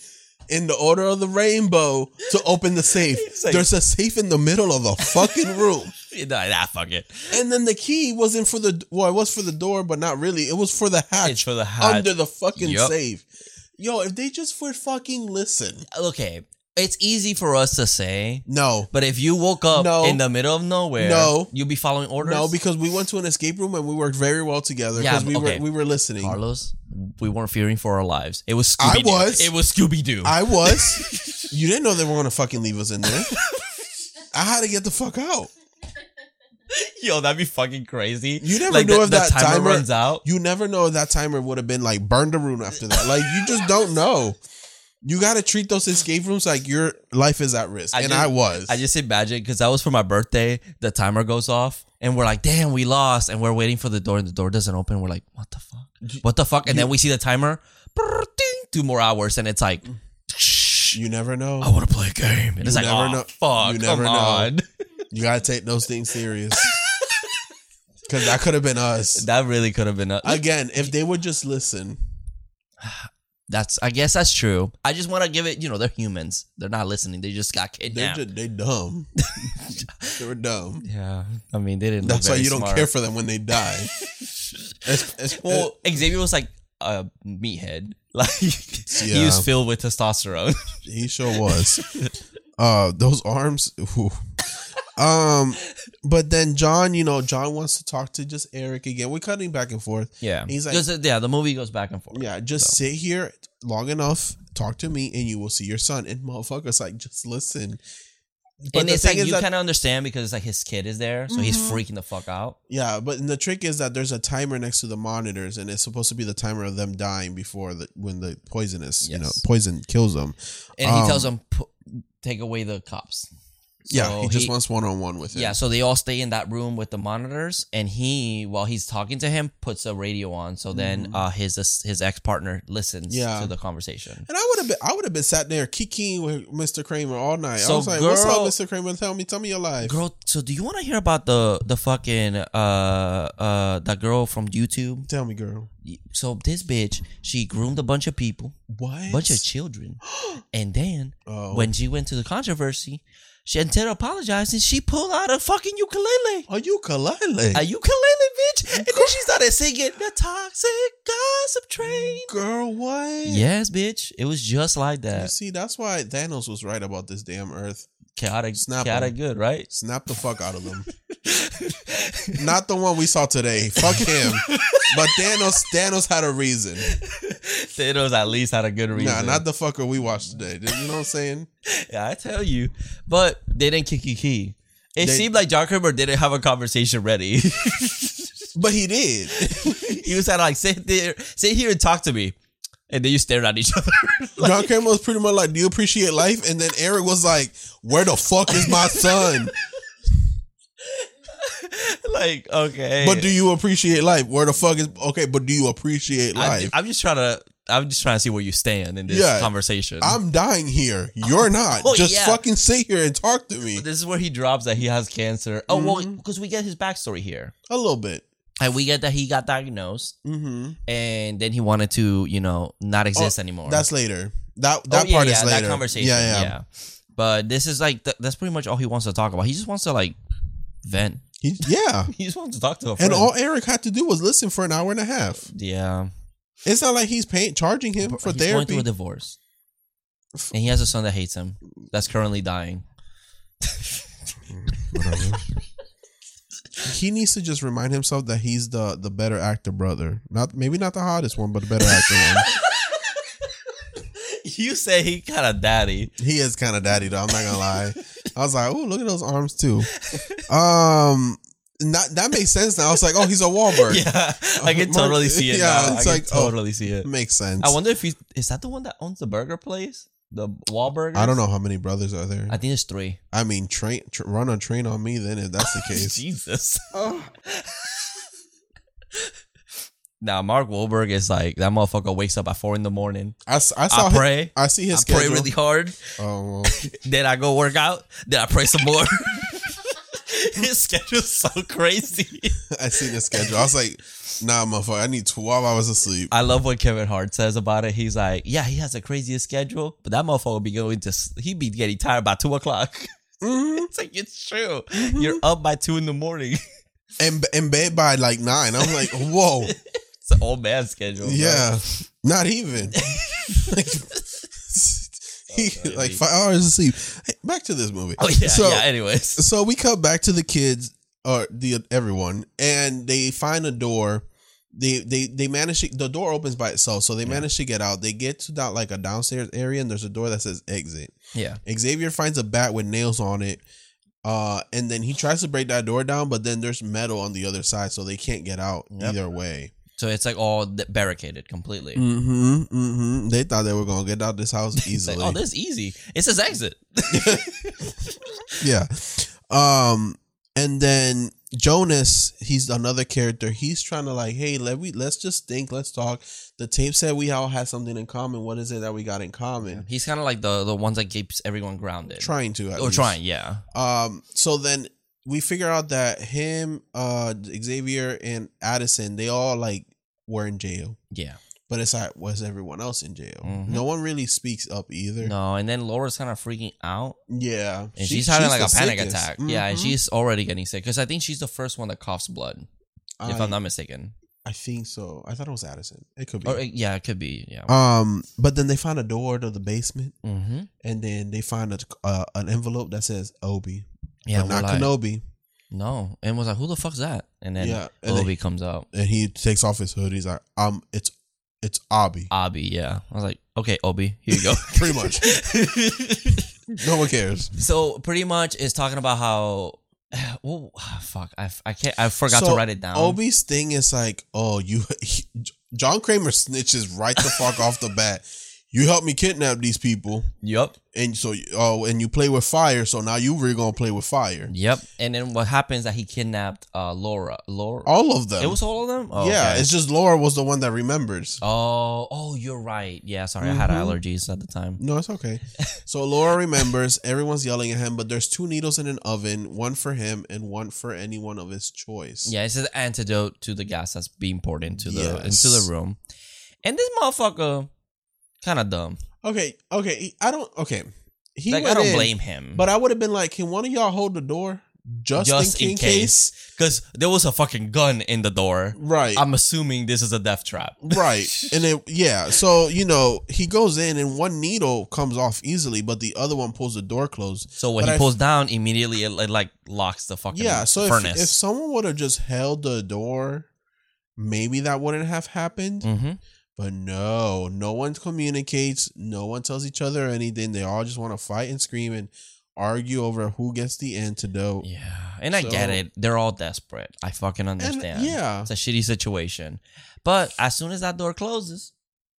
A: in the order of the rainbow to open the safe.
B: It's like-
A: There's a safe in the middle of the fucking room.
B: nah, nah, fuck it.
A: And then the key wasn't for the well, it was for the door, but not really. It was for the
B: It's
A: hatch
B: for the hot.
A: Ah, under the fucking
B: Yup.
A: safe. Yo, if they just would fucking listen.
B: okay, it's easy for us to say,
A: No.
B: but if you woke up
A: No.
B: in the middle of nowhere,
A: No.
B: you'd be following orders.
A: No, because we went to an escape room and we worked very well together
B: Yeah,
A: because we
B: okay.
A: were we were listening.
B: Carlos, we weren't fearing for our lives. It was
A: I
B: Scooby.
A: was.
B: It was Scooby Doo.
A: I was. you didn't know they were gonna fucking leave us in there. I had to get the fuck out.
B: Yo, that'd be fucking crazy.
A: You never
B: like
A: know
B: the,
A: if
B: the
A: that
B: timer,
A: timer-
B: runs out.
A: You never know if that timer would have been like burn the room after that. Like you just don't know. You gotta treat those escape rooms like your life is at risk.
B: I
A: and
B: just-
A: I was.
B: I just imagine because that was for my birthday. The timer goes off, and we're like, "Damn, we lost!" And we're waiting for the door, and the door doesn't open. We're like, "What the fuck? What the fuck?" And then we see the timer, brrr, ding, two more hours, and it's like,
A: you never know.
B: "I want to play a game." And it's like,
A: never
B: "Oh
A: know.
B: fuck,
A: You
B: come
A: never know.
B: on."
A: You gotta take those things serious. Cause that could have been us.
B: That really could have been. A,
A: Again, if they would just listen.
B: that's. I guess that's true. I just want to give it. You know, they're humans. They're not listening. They just got
A: They
B: kidnapped.
A: just they dumb. they were dumb.
B: yeah, I mean, they didn't. look
A: That's why
B: very
A: you don't
B: smart.
A: care for them when they die. It's- it's-
B: Well, Xavier was like a meathead. Like he
A: Yeah.
B: was filled with testosterone.
A: He sure was. uh those arms. ooh. Um but then John, you know, John wants to talk to just Eric again. We're cutting back and forth.
B: yeah,
A: He's like-
B: Because, uh, yeah. The movie goes back and forth.
A: Yeah, just sit here long enough, talk to me, and you will see your son. And motherfuckers like, just listen. But
B: and
A: the
B: it's
A: thing
B: like
A: is
B: you
A: that-
B: kind of understand because it's like his kid is there, so he's
A: Mhm.
B: freaking the fuck out.
A: Yeah, but the trick is that there's a timer next to the monitors, and it's supposed to be the timer of them dying before the when the poisonous, you know,
B: Yes.
A: poison kills them.
B: And he tells
A: Um,
B: him, "Pu- "Take away the cops."
A: yeah,
B: So
A: he just wants one on one with him.
B: Oh, Yeah, so they all stay in that room with the monitors, and he, while he's talking to him, puts a radio on. So then,
A: Mhm.
B: uh, his his ex partner listens
A: Yeah.
B: to the conversation.
A: And I would have been, I would have been sat there kicking with Mr. Kramer all night. I
B: So
A: was like, "What's up,
B: girl-
A: Mr. Kramer? Tell me, tell me your life."
B: Girl, so do you want to hear about the the fucking uh uh that girl from YouTube?
A: tell me, girl.
B: so this bitch she groomed a bunch of people
A: What?
B: bunch of children and then
A: oh.
B: when she went to the controversy she instead of apologizing she pulled out a fucking ukulele
A: are you ukulele?
B: a ukulele bitch and then she started singing the toxic gossip train
A: girl, what?
B: yes bitch it was just like
A: You
B: that
A: see, that's why Thanos was right about this damn Earth.
B: chaotic
A: Snap
B: chaotic good right
A: Snap the fuck out of them. Not the one we saw today. Fuck him. but Thanos, Thanos had a reason.
B: Thanos at least had a good reason
A: Nah, not the fucker we watched today. You know what I'm saying?
B: Yeah, I tell you. But they didn't kick your key. It
A: They-
B: seemed like John Kramer didn't have a conversation ready.
A: But he did.
B: he was kind of like, sit there, sit here and talk to me. And then you stared at each other. Like,
A: John Cameron was pretty much like, "Do you appreciate life?" And then Eric was like, "Where the fuck is my son?"
B: like, okay.
A: But do you appreciate life? Where the fuck is okay? But do you appreciate
B: I'm,
A: life?
B: I'm just trying to I'm just trying to see where you stand in this
A: Yeah.
B: conversation.
A: I'm dying here. You're not.
B: Oh,
A: Just
B: yeah.
A: fucking sit here and talk to me
B: this is where he drops that he has cancer. Oh, well,
A: Mhm.
B: because we get his backstory here.
A: a little bit.
B: And we get that he got diagnosed
A: Mm-hmm.
B: and then he wanted to, you know, not exist anymore.
A: Oh, That's later. That
B: Oh,
A: that
B: yeah,
A: part
B: yeah,
A: is later.
B: That conversation.
A: Yeah, yeah,
B: But this is like th- that's pretty much all he wants to talk about. He just wants to like vent.
A: He- yeah.
B: He just wants to talk to a friend.
A: And all Eric had to do was listen for an hour and a half.
B: yeah.
A: It's not like he's paying charging him for
B: He's going
A: therapy.
B: through a divorce, and he has a son that hates him. That's currently dying.
A: Whatever. he needs to just remind himself that he's the the better actor brother. Not maybe not the hottest one, but the better actor one.
B: you say he kind of daddy.
A: He is kind of daddy though. I'm not gonna lie. I was like, oh, look at those arms too. Um, not that makes sense now. I was like, oh, he's a Wahlberg.
B: Yeah, I can
A: Mark-
B: totally see it.
A: yeah,
B: Yeah, now.
A: it's
B: I
A: like,
B: can
A: oh.
B: totally see it.
A: Makes sense.
B: I wonder if he's is that the one that owns the burger place, the Wahlburger.
A: I don't know how many brothers are there.
B: I think it's three.
A: I mean, train tr- run a train on me then if that's the case.
B: Jesus. Now Mark Wahlberg is like that motherfucker wakes up at four in the morning.
A: I, s- I saw
B: I
A: him-
B: pray.
A: I see
B: I
A: his
B: pray
A: schedule.
B: really hard.
A: Oh, well.
B: Then I go work out. Then I pray some more. His schedule's so crazy.
A: I seen his schedule. I was like, Nah, motherfucker, I need 12 hours of sleep.
B: I love what Kevin Hart says about it. He's like, yeah, he has the craziest schedule, but that motherfucker would be going to, s- he'd be getting tired by two o'clock.
A: Mhm.
B: It's like, it's true.
A: Mhm.
B: You're up by two in the morning.
A: And in bed by like nine. I'm like, whoa,
B: It's an old man schedule. bro.
A: yeah, not even. like, he-
B: crazy.
A: like five hours of sleep. Hey, back to this movie.
B: Oh, yeah.
A: So-
B: yeah. Anyways.
A: so we come back to the kids or the everyone and they find a door they they they manage to, the door opens by itself so they
B: Yeah.
A: manage to get out they get to that like a downstairs area and there's a door that says exit
B: Yeah.
A: xavier finds a bat with nails on it uh and then he tries to break that door down but then there's metal on the other side so they can't get out
B: Yep.
A: either way
B: So it's like all th- barricaded completely.
A: mm-hmm mm-hmm they thought they were gonna get out this house
B: It's
A: easily
B: like, oh, this is easy. It says exit.
A: yeah. Um, and then Jonas, he's another character. He's trying to like, hey, let we let's just think, let's talk. The tape said we all had something in common. What is it that we got in common?
B: He's kind of like the the ones that keeps everyone grounded.
A: Trying to at
B: or
A: least.
B: trying, yeah.
A: Um, so then we figure out that him, uh, Xavier and Addison, they all like were in jail.
B: Yeah.
A: But it's like, was everyone else in jail?
B: Mhm.
A: No one really speaks up either.
B: No, and then Laura's kind of freaking out.
A: Yeah,
B: And
A: She-
B: she's having like a
A: the
B: panic
A: sickest.
B: attack. Yeah, and
A: Mhm.
B: she's already getting sick. Because I think she's the first one that coughs blood, if
A: I-
B: I'm not mistaken.
A: I think so. I thought it was Addison. It could be.
B: Or yeah, it could be. Yeah.
A: Um, but then they find a door to the basement,
B: mm-hmm.
A: and then they find a, uh, an envelope that says Obi,
B: Yeah.
A: but
B: we're
A: not
B: like,
A: Kenobi.
B: no. And was like, who the fuck's that? And then
A: yeah, and,
B: Obi
A: they-
B: comes out.
A: and he takes off his hood. He's like, um, it's it's Obi.
B: Obi, yeah. I was like, okay, Obi, Ah, here you go.
A: Pretty much. No one cares.
B: so pretty much is talking about how well, fuck I, I can't I forgot
A: So,
B: to write it down.
A: Obi's thing is like, oh, you. He, John Kramer snitches right the fuck off the bat. You helped me kidnap these people,
B: Yep.
A: and so oh, and you play with fire. So now you really gonna play with fire?
B: Yep. And then what happens that he kidnapped uh Laura. Laura.
A: All of them.
B: it was all of them. Oh,
A: yeah,
B: okay.
A: it's just Laura was the one that remembers.
B: oh. Oh, you're right. Yeah. Sorry, I had
A: Mhm.
B: allergies at the time.
A: No, it's okay. So Laura remembers everyone's yelling at him, but there's two needles in an oven, one for him and one for anyone of his choice.
B: Yeah, it's an antidote to the gas that's being poured into the
A: Yes.
B: into the room. And this motherfucker, kind of dumb.
A: Okay, okay. he- I don't okay. He
B: like I
A: went
B: don't
A: in,
B: blame him,
A: But I would have been like, can one of y'all hold the door? Just,
B: Just
A: in,
B: in
A: case.
B: because there was a fucking gun in the door.
A: Right.
B: I'm assuming this is a death trap.
A: right. And then yeah, so you know, he goes in and one needle comes off easily, but the other one pulls the door closed.
B: So when
A: But
B: he
A: I-
B: pulls down, immediately it, it like locks the fucking
A: Yeah, so if, if
B: furnace.
A: someone would have just held the door, maybe that wouldn't have happened.
B: hmm
A: But no, no one communicates. No one tells each other anything. They all just want to fight and scream and argue over who gets the antidote.
B: Yeah, and I get
A: So-
B: it. They're all desperate. I fucking
A: And
B: understand.
A: yeah,
B: it's a shitty situation. But as soon as that door closes,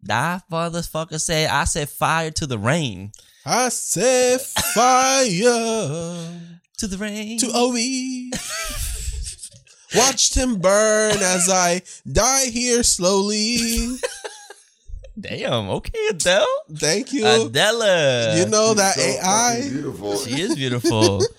B: that motherfucker said, "I said fire to the rain,
A: I set fire
B: to the
A: Uh,
B: rain."
A: to Obi. Watched him burn as I die here slowly.
B: Damn. Okay, Adele.
A: Thank you.
B: Adela.
A: You know that Um,
C: so fucking
A: AI.
C: Beautiful.
B: she is beautiful.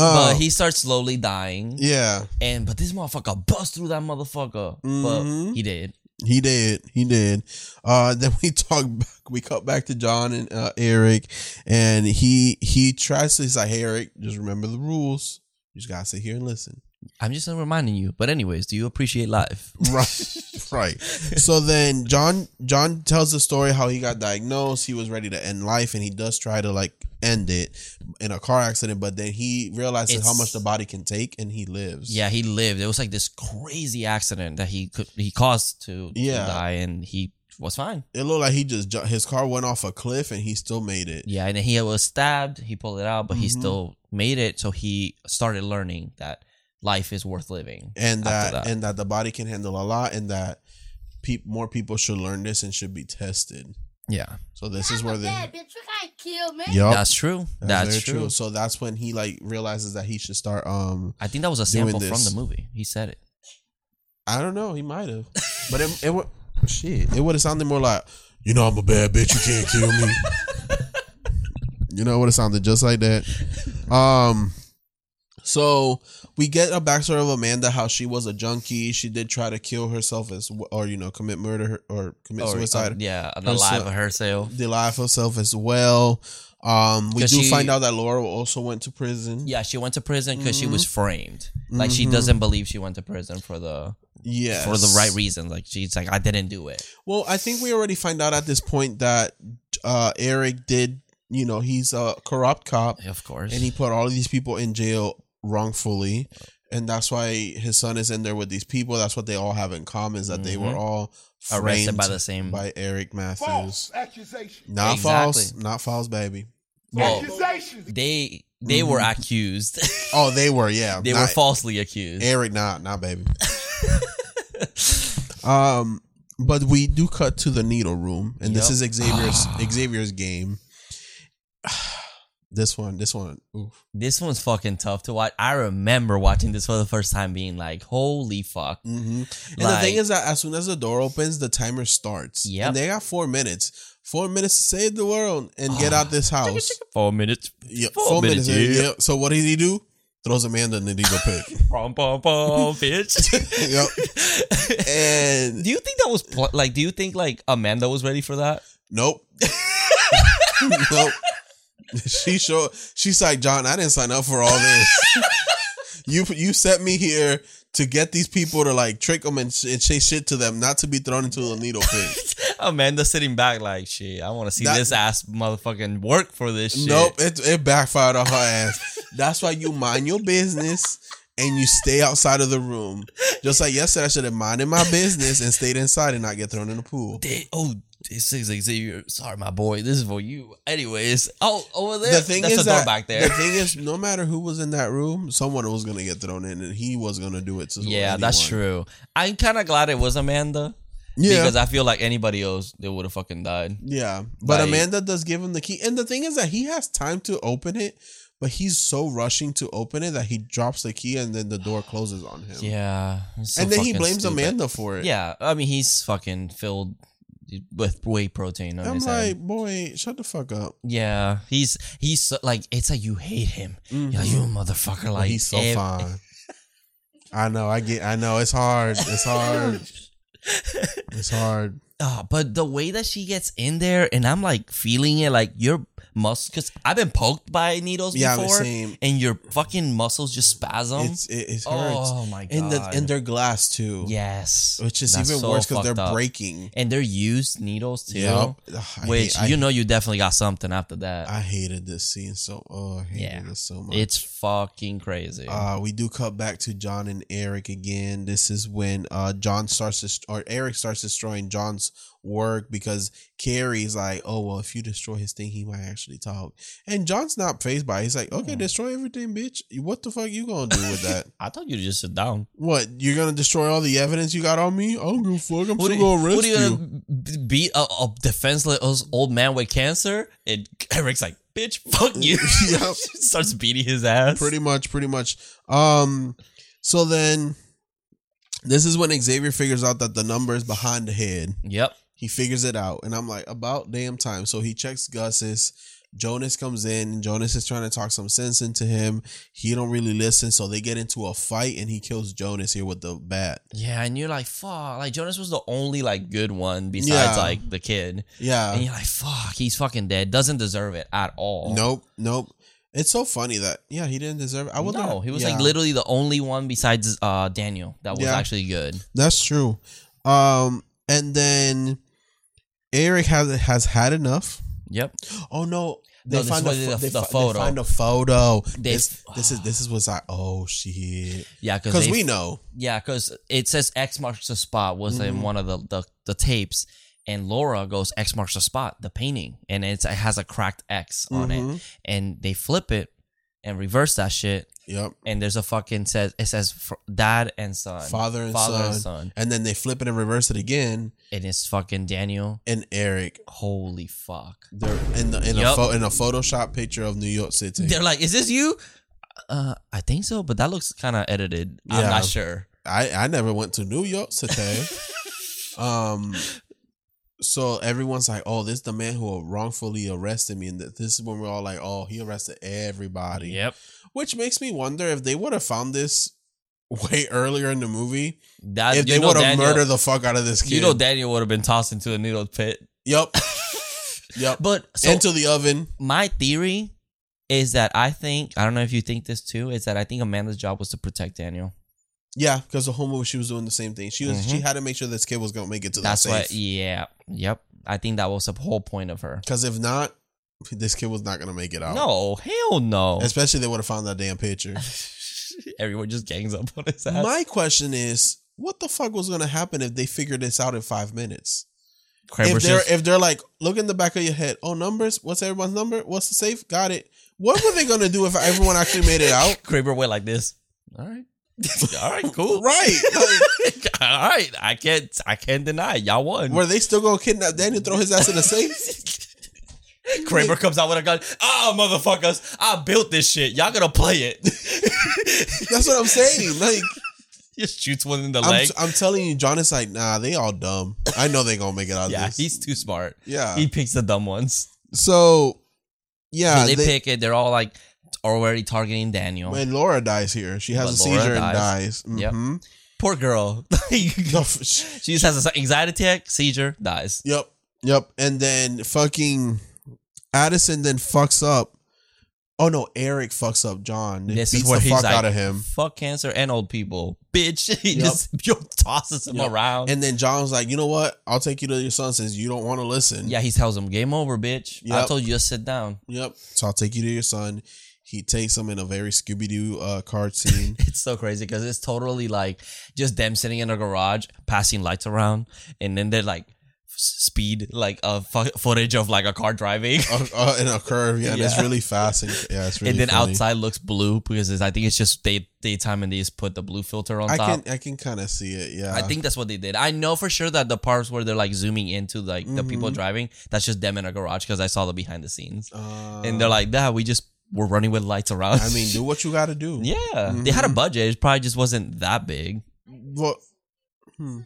A: Uh,
B: but he starts slowly dying,
A: yeah,
B: and but this motherfucker bust through that motherfucker. But
A: Mhm.
B: he did.
A: He did. He did. Uh, then we talk. Back, we cut back to John and uh, Eric, and he he tries to. He's like, "Hey, Eric, just remember the rules. You just gotta sit here and listen."
B: I'm just reminding you. But anyways, do you appreciate life?
A: Right. right. So then John John tells the story how he got diagnosed. He was ready to end life, and he does try to like end it in a car accident, but then he realizes how
B: It's-
A: much the body can take, and he lives.
B: Yeah, he lived. It was like this crazy accident that he could he caused to, to
A: Yeah.
B: die, and he was fine.
A: It looked like he just ju- his car went off a cliff, and he still made it.
B: Yeah, and then he was stabbed. He pulled it out, but he
A: Mhm.
B: still made it. So he started learning that life is worth living.
A: and that,
B: after that.
A: and that the body can handle a lot and that peop more people should learn this and should be tested
B: Yeah,
A: so this is where the
D: Dad, bitch, you gotta kill me.
A: yep
B: that's true. That's,
A: very
B: true.
A: so that's when he like realizes that he should start um
B: I think that was a
A: Doing
B: sample from
A: this.
B: the movie. He said it.
A: i don't know he might have but it, it would shit it would have sounded more like you know i'm a bad bitch you can't kill me you know it would have sounded just like that um So we get a backstory of Amanda, how she was a junkie. She did try to kill herself as, w- or you know, commit murder or commit
B: Or, uh,
A: suicide.
B: yeah, the
A: Herself.
B: live of herself.
A: the life herself as well. Um, we
B: 'Cause
A: do
B: she-
A: find out that Laura also went to prison.
B: Yeah, she went to prison because she
A: Mm-hmm.
B: was framed. Like she
A: Mhm.
B: doesn't believe she went to prison for the
A: Yes.
B: for the right reason. Like she's like, I didn't do it.
A: Well, I think we already find out at this point that uh, Eric did. You know, he's a corrupt cop,
B: Of course.
A: and he put all of these people in jail wrongfully, and that's why his son is in there with these people. That's what they all have in common is that they were
B: Mhm.
A: all
B: arrested by the
A: framed
B: same.
A: by Eric Matthews.
C: False accusation.
A: Not
B: Exactly.
A: false, not false, baby.
B: Well,
C: Accusations.
B: they they were accused.
A: Oh, they were, yeah,
B: they were
A: Mm-hmm. not-
B: falsely accused.
A: Eric, not not baby. Um, but we do cut to the needle room, and this is
B: Yep.
A: Xavier's Xavier's game. This one, this one, oof.
B: this one's fucking tough to watch. I remember watching this for the first time, being like, "Holy fuck!"
A: hmm And
B: Mm-hmm. Like-
A: the thing is that as soon as the door opens, the timer starts.
B: Yep.
A: and they got four minutes. Four minutes to save the world and get out this house.
B: Four minutes.
A: Yep,
B: Four
A: four, minutes.
B: minutes, yeah.
A: yeah. So what did he do? Throws Amanda in the needle pit.
B: Pom pom pom, bitch.
A: yep. And
B: do you think that was pl- like? Do you think like Amanda was ready for that?
A: Nope. nope. She showed. She's like John. I didn't sign up for all this. you you sent me here to get these people to like trick them and, sh- and say shit to them, not to be thrown into the needle pit.
B: Amanda sitting back like, "Shit, I want to see
A: That-
B: this ass motherfucking work for this shit."
A: nope. It it backfired on her ass. That's why you mind your business. And you stay outside of the room, just like yesterday. I should have minded my business and stayed inside and not get thrown in the pool.
B: They- oh, this is Xavier. Sorry, my boy. This is for you. Anyways, oh, over there.
A: the thing
B: that's
A: is
B: the door
A: that,
B: back
A: The
B: there.
A: thing is, no matter who was in that room, someone was gonna get thrown in, and he was gonna do it to.
B: Yeah,
A: anyone.
B: that's true. I'm kind of glad it was Amanda
A: Yeah,
B: because I feel like anybody else, they would have fucking died.
A: yeah. But
B: Like-
A: Amanda does give him the key, and the thing is that he has time to open it, but he's so rushing to open it that he drops the key, and then the door closes on him.
B: Yeah, it's so
A: and then he
B: fucking
A: blames
B: stupid.
A: Amanda for it.
B: Yeah, I mean he's fucking filled with whey protein. On
A: I'm
B: his
A: like,
B: head.
A: boy, shut the fuck up.
B: yeah, he's he's so- like it's like you hate him. You're like, you motherfucker.
A: Mm-hmm. But
B: Like
A: he's so
B: ev-
A: fine. I know. I get. I know. It's hard. It's hard. it's hard.
B: Ah, but the way that she gets in there, and I'm like feeling it, like your muscles. Because I've been poked by needles
A: Yeah, I'm the
B: before,
A: same.
B: and your fucking muscles just spasm.
A: It's it, it hurts.
B: oh my god!
A: and the and their glass too.
B: yes,
A: which is
B: That's
A: even
B: so
A: worse because they're
B: fucked up.
A: breaking.
B: and they're used needles too.
A: Yep. Ugh, I
B: Which
A: hate- I-
B: you know you definitely got something after that.
A: I hated this scene so. Oh, I hated
B: Yeah.
A: this so much.
B: It's fucking crazy.
A: uh, we do cut back to John and Eric again. This is when uh John starts dest- or Eric starts destroying John's work because Carrie's like, oh well, if you destroy his thing, he might actually talk. And John's not phased by. it. He's like, okay,
B: Hmm.
A: destroy everything, bitch. What the fuck you gonna do with that?
B: I thought you just sit down.
A: what you're gonna destroy all the evidence you got on me? I don't give a fuck. I'm
B: What are
A: still
B: you,
A: gonna
B: what
A: arrest
B: are
A: you.
B: you gonna b- beat a, a defenseless old man with cancer? And Eric's like, bitch, fuck you.
A: Yep.
B: Starts beating his ass.
A: pretty much pretty much um so then this is when xavier figures out that the number is behind the head
B: Yep.
A: he figures it out and i'm like about damn time so he checks gus's jonas comes in and jonas is trying to talk some sense into him he don't really listen so they get into a fight and he kills jonas here with the bat
B: Yeah, and you're like, fuck. Like Jonas was the only like good one besides
A: Yeah. Uh.
B: like the kid. and
A: yeah
B: you're like, fuck, he's fucking dead. Doesn't deserve it at all.
A: nope nope it's so funny that yeah he didn't deserve it i would
B: No, he was
A: yeah.
B: like literally the only one besides uh Daniel that was
A: Yeah.
B: actually good.
A: That's true. Um, and then Eric has has had enough.
B: Yep.
A: Oh no,
B: No, this was the-
A: pho-
B: the
A: fi-
B: photo.
A: They find a photo.
B: They-
A: this, this is this is what's like. Oh shit!
B: Yeah, because
A: Because we know.
B: Yeah, because it says X marks the spot was in
A: Mhm.
B: one of the, the the tapes, and Laura goes X marks the spot, the painting, and it's, it has a cracked X on it,
A: Mhm.
B: and they flip it and reverse that shit,
A: Yep.
B: and there's a fucking says it says fr- dad and son,
A: Father and
B: father
A: son.
B: and son,
A: And then they flip it and reverse it again.
B: and it's fucking Daniel.
A: And Eric,
B: Holy fuck!
A: they're in the in a
B: Yup.
A: pho- in a Photoshop picture of New York City.
B: They're like, is this you? Uh, I think so, but that looks kind of edited. I'm
A: Yeah.
B: not sure.
A: I I never went to New York City. um, so everyone's like, "Oh, this is the man who wrongfully arrested me," and th- this is when we're all like, "Oh, he arrested everybody."
B: Yep.
A: Which makes me wonder if they would have found this way earlier in the movie,
B: That,
A: if
B: you
A: they
B: know
A: would have
B: Daniel-
A: murdered the fuck out of this kid.
B: You know, Daniel would have been tossed into a needle pit.
A: yep, yep.
B: But so
A: Into the oven.
B: my theory is that I think I don't know if you think this too. Is that I think Amanda's job was to protect Daniel.
A: Yeah, because the whole movie she was doing the same thing. She was she had to make sure this kid was gonna make it to
B: Mm-hmm. That's
A: the
B: why.
A: safe.
B: Yeah. Yep. I think that was the whole point of her.
A: Because if not, this kid was not gonna make it out.
B: No, hell no.
A: especially they would have found that damn picture.
B: Everyone just gangs up on his ass.
A: My question is, what the fuck was gonna happen if they figured this out in five minutes?
B: Kramer
A: if they're
B: just-
A: if they're like, look in the back of your head. Oh, numbers. What's everyone's number? What's the safe? Got it. What were they gonna do if everyone actually made it out?
B: Kramer went like this. All right. All right. Cool.
A: Right.
B: All right. I can't. I can't deny. it. Y'all won.
A: Were they still gonna kidnap Daniel, throw his ass in the safe?
B: Kramer comes out with a gun. Ah, motherfuckers! I built this shit. Y'all gonna play it?
A: That's what I'm saying. Like,
B: just shoots one in the
A: I'm,
B: leg.
A: I'm telling you, John is like, nah, they all dumb. I know they gonna make it out of
B: yeah,
A: this. Uh,
B: he's too smart.
A: yeah.
B: he picks the dumb ones.
A: so, yeah,
B: So they,
A: they-
B: pick it. They're all like already targeting Daniel.
A: when Laura dies here, she has
B: When
A: a
B: Laura
A: seizure
B: dies.
A: and dies.
B: Yep.
A: Mhm.
B: Poor girl.
A: No, f- sh-
B: she just has an anxiety attack, seizure, dies.
A: Yep. Yep. And then fucking Addison then fucks up. Oh no, Eric fucks up John. They
B: This
A: beats
B: is where
A: the
B: he's
A: fuck
B: like,
A: out of him.
B: fuck cancer and old people, bitch. He
A: Yep.
B: just tosses him
A: Yep.
B: around.
A: And then John's like, you know what? I'll take you to your son since you don't want to listen.
B: yeah, he tells him, "Game over, bitch. I
A: Yep.
B: told you, just sit down."
A: Yep. So I'll take you to your son. He takes him in a very Scooby Doo uh, card scene.
B: It's so crazy because it's totally like just them sitting in a garage passing lights around, and then they're like s- speed like a fu- footage of like a car driving,
A: uh, uh, in a curve, yeah, and it's
B: Yeah.
A: really fast. And, yeah, it's really.
B: and then
A: funny.
B: outside looks blue because it's, I think it's just day daytime and they just put the blue filter on
A: I
B: top.
A: can uh, I can kind of see it. Yeah,
B: I think that's what they did. I know for sure that the parts where they're like zooming into like the people
A: Mhm.
B: driving, that's just them in a garage because I saw the behind the scenes,
A: Uh,
B: and they're like, "Nah, we just we're running with lights around."
A: I mean, do what you got to do.
B: yeah, they had a
A: Mhm.
B: budget. It probably just wasn't that big.
A: Well, hmm.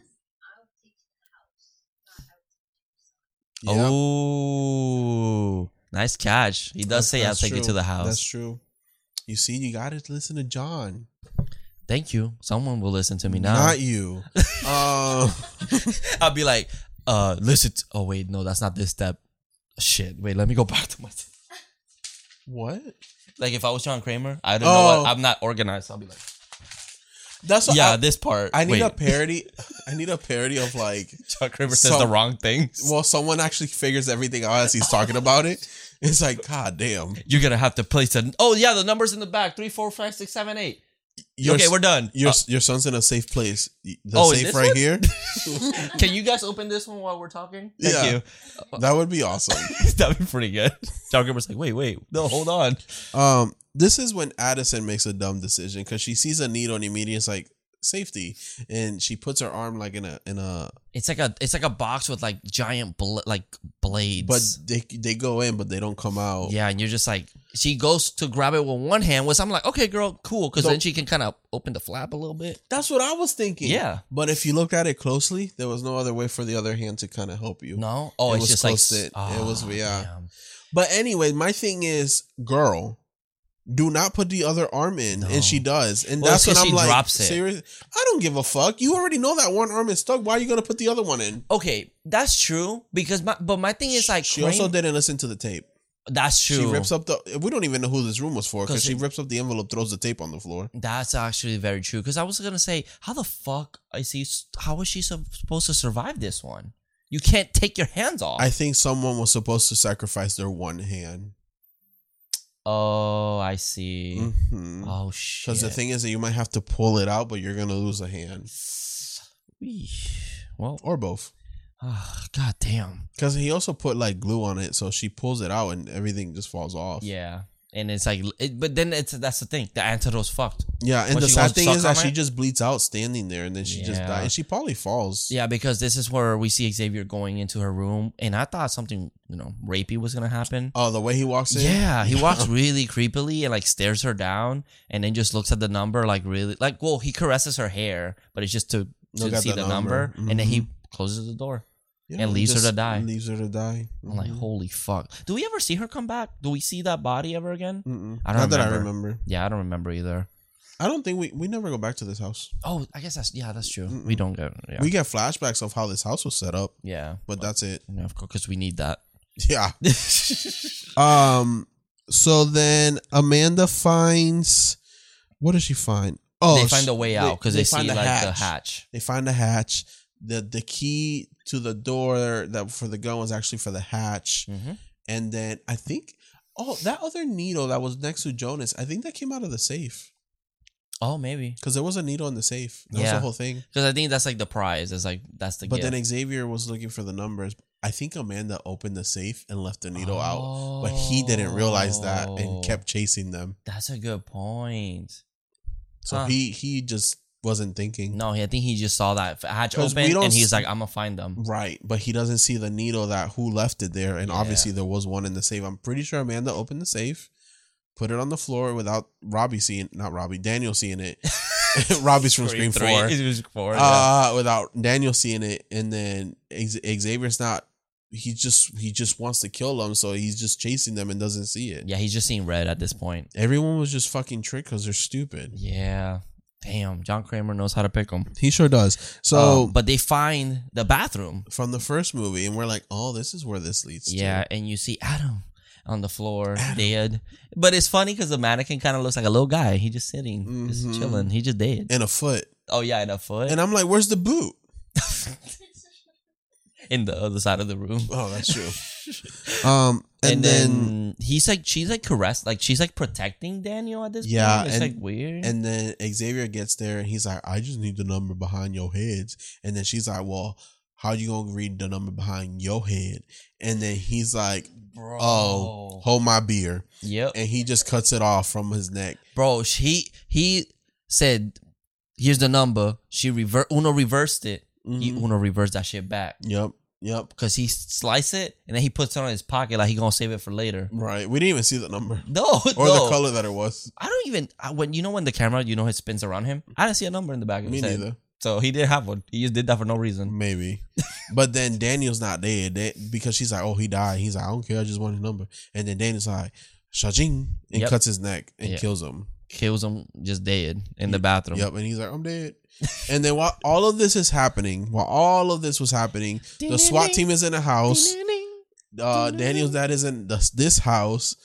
A: Yeah.
B: Oh, nice catch. He does
A: That's-
B: say, I'll
A: that's
B: take you to
A: true.
B: the
A: That's
B: house.
A: true. You see, you gotta listen to John,
B: Thank you. Someone will listen to me now.
A: not you. uh,
B: I'll be like, uh, listen. t- oh, wait, no, that's not this step. Shit. Wait, let me go back to my.
A: what?
B: like, if I was John Kramer, I don't know
A: Oh.
B: what. I'm not organized. I'll be like,
A: That's what
B: yeah,
A: I-
B: this part.
A: I, need
B: wait.
A: a parody. I need a parody of like,
B: John Kramer says
A: some-
B: the wrong things.
A: well, someone actually figures everything out as he's talking about it. It's like, god damn,
B: You're going to have to place a. Oh, yeah, the number's in the back. Three, four, five, six, seven, eight.
A: your
B: okay, we're done.
A: your
B: Uh,
A: your son's in a safe place. The
B: Oh, in
A: safe
B: this
A: right
B: one?
A: here.
B: can you guys open this one while we're talking? Thank
A: Yeah.
B: you.
A: that would be awesome.
B: That'd be pretty good. John Kramer's like, wait, wait, no, hold on.
A: Um, this is when Addison makes a dumb decision because she sees a needle and immediately it's like safety, and she puts her arm like in a in a.
B: It's like a it's like a box with like giant bl- like
A: But
B: blades.
A: they they go in, but they don't come out.
B: yeah, and you're just like she goes to grab it with one hand, which I'm like, okay, girl, cool, because
A: So-
B: then she can kind of open the flap a little bit.
A: That's what I was thinking.
B: Yeah.
A: But if you looked at it closely, there was no other way for the other hand to kind of help you.
B: No, oh,
A: It
B: it's
A: was
B: just like
A: close to it. It was-
B: Ah,
A: yeah.
B: damn.
A: But anyway, my thing is, girl, do not put the other arm in,
B: No.
A: and she does, and
B: Well,
A: that's
B: it's
A: when
B: 'cause
A: I'm
B: she
A: like,
B: drops it.
A: serious. I don't give a fuck. You already know that one arm is stuck. Why are you gonna put the other one in?
B: Okay, that's true because my but my thing is like
A: she
B: Kramer-
A: also didn't listen to the tape.
B: that's true.
A: She rips up the. We don't even know who this room was for
B: 'Cause
A: because she
B: it-
A: rips up the envelope, throws the tape on the floor.
B: That's actually very true because I was gonna say, how the fuck is he? How is she sup- supposed to survive this one? You can't take your hands off.
A: I think someone was supposed to sacrifice their one hand.
B: oh, I see.
A: hmm
B: Oh shit.
A: Because the thing is that you might have to pull it out, but you're gonna lose a hand
B: Eesh. Well,
A: or both.
B: ah, god damn.
A: Because he also put like glue on it, so she pulls it out and everything just falls off.
B: Yeah. And it's like, it, but then it's that's the thing. The antidote's fucked.
A: yeah. And
B: When
A: the
B: she
A: sad
B: goes
A: thing
B: suck
A: is
B: on
A: that she
B: it?
A: just bleeds out standing there, and then she just
B: Yeah.
A: dies. And she probably falls.
B: Yeah, because this is where we see Xavier going into her room, and I thought something, you know, rapey was gonna happen.
A: Oh, the way he walks in.
B: Yeah, he walks really creepily and like stares her down, and then just looks at the number like really like. Well, he caresses her hair, but it's just to,
A: Look
B: to
A: at
B: see
A: the
B: the number,
A: number. Mm-hmm.
B: and then he closes the door. And leaves her
A: just
B: to die.
A: Leaves her to die.
B: I'm like,
A: Mhm.
B: holy fuck. Do we ever see her come back? Do we see that body ever again?
A: Mm-mm.
B: I
A: Mm-hmm.
B: don't
A: Not that I
B: remember.
A: remember.
B: Yeah, I don't remember either.
A: I don't think we we never go back to this house.
B: Oh, I guess that's yeah, that's true.
A: Mm-mm.
B: We don't get yeah,
A: We get flashbacks of how this house was set up,
B: yeah,
A: but that's it.
B: yeah, of course, because we need that.
A: Yeah. Um. So then Amanda finds. What does she find? Oh,
B: they find
A: sh-
B: a way out because they, see
A: find
B: like
A: a
B: the hatch.
A: They find a hatch. the The key to the door that for the gun was actually for the hatch,
B: hmm
A: and then I think. Oh, that other needle that was next to Jonas, I think that came out of the safe
B: Oh, maybe
A: because there was a needle in the safe. That was
B: Yeah.
A: the whole thing.
B: because I think that's like the prize. It's like that's the
A: But
B: gift.
A: then Xavier was looking for the numbers. I think Amanda opened the safe and left the needle out,
B: oh,
A: but he didn't realize that and kept chasing them.
B: That's a good point.
A: So
B: Huh.
A: he he just wasn't thinking.
B: No, I think he just saw that hatch
A: 'Cause we
B: open
A: don't
B: and he's
A: s-
B: like, "I'm gonna find them."
A: Right, but he doesn't see the needle that who left it there, and
B: Yeah.
A: obviously there was one in the safe. I'm pretty sure Amanda opened the safe, put it on the floor without Robbie seeing, not Robbie, Daniel seeing it. Robbie's from Scream
B: three.
A: Four.
B: It was four. yeah.
A: Uh, without Daniel seeing it, and then X- Xavier's not. He just he just wants to kill them, so he's just chasing them and doesn't see it.
B: yeah, he's just seeing red at this point.
A: Everyone was just fucking tricked because they're stupid.
B: Yeah. Damn, John Kramer knows how to pick them.
A: He sure does. So
B: but they find the bathroom.
A: from the first movie, and we're like, oh, this is where this leads. to.
B: Yeah, and you see Adam on the floor
A: Adam.
B: dead. But it's funny because the mannequin kind of looks like a little guy. He just sitting,
A: Mhm.
B: just chilling. He just dead.
A: and a foot.
B: oh yeah, in a foot
A: And I'm like, where's the boot?
B: in the other side of the room.
A: Oh, that's true. um, and, then,
B: he's like, she's like caressed, like she's like protecting Daniel at this
A: Yeah,
B: point. It's
A: and-
B: like weird.
A: and then Xavier gets there, and he's like, I just need the number behind your heads. And then she's like, Well, how you gonna read the number behind your head? And then he's like,
B: bro,
A: Oh, hold my beer,
B: yep,
A: and he just cuts it off from his neck.
B: bro. She he said, "Here's the number." She rever Uno reversed it. He
A: Mhm.
B: Uno reversed that shit back.
A: Yep, yep.
B: Cause he slice it and then he puts it on his pocket like he gonna save it for later.
A: Right. We didn't even see the number
B: No,
A: or
B: no.
A: the color that it was.
B: I don't even I, when you know when the camera you know it spins around him. I didn't see a number in the back of
A: Me
B: his head.
A: neither.
B: So he didn't have one. He just did that for no reason.
A: Maybe. but then Daniel's not dead They- because she's like, oh, he died. He's like, I don't care. I just want his number. And then Daniel's like, Shajing, and
B: Yep.
A: cuts his neck and
B: Yeah.
A: kills him.
B: Kills him um, just dead in the bathroom.
A: Yep. And he's like, I'm dead. and then while all of this is happening, while all of this was happening, the SWAT team is in a house. Uh, Daniel's dad is in this, this house.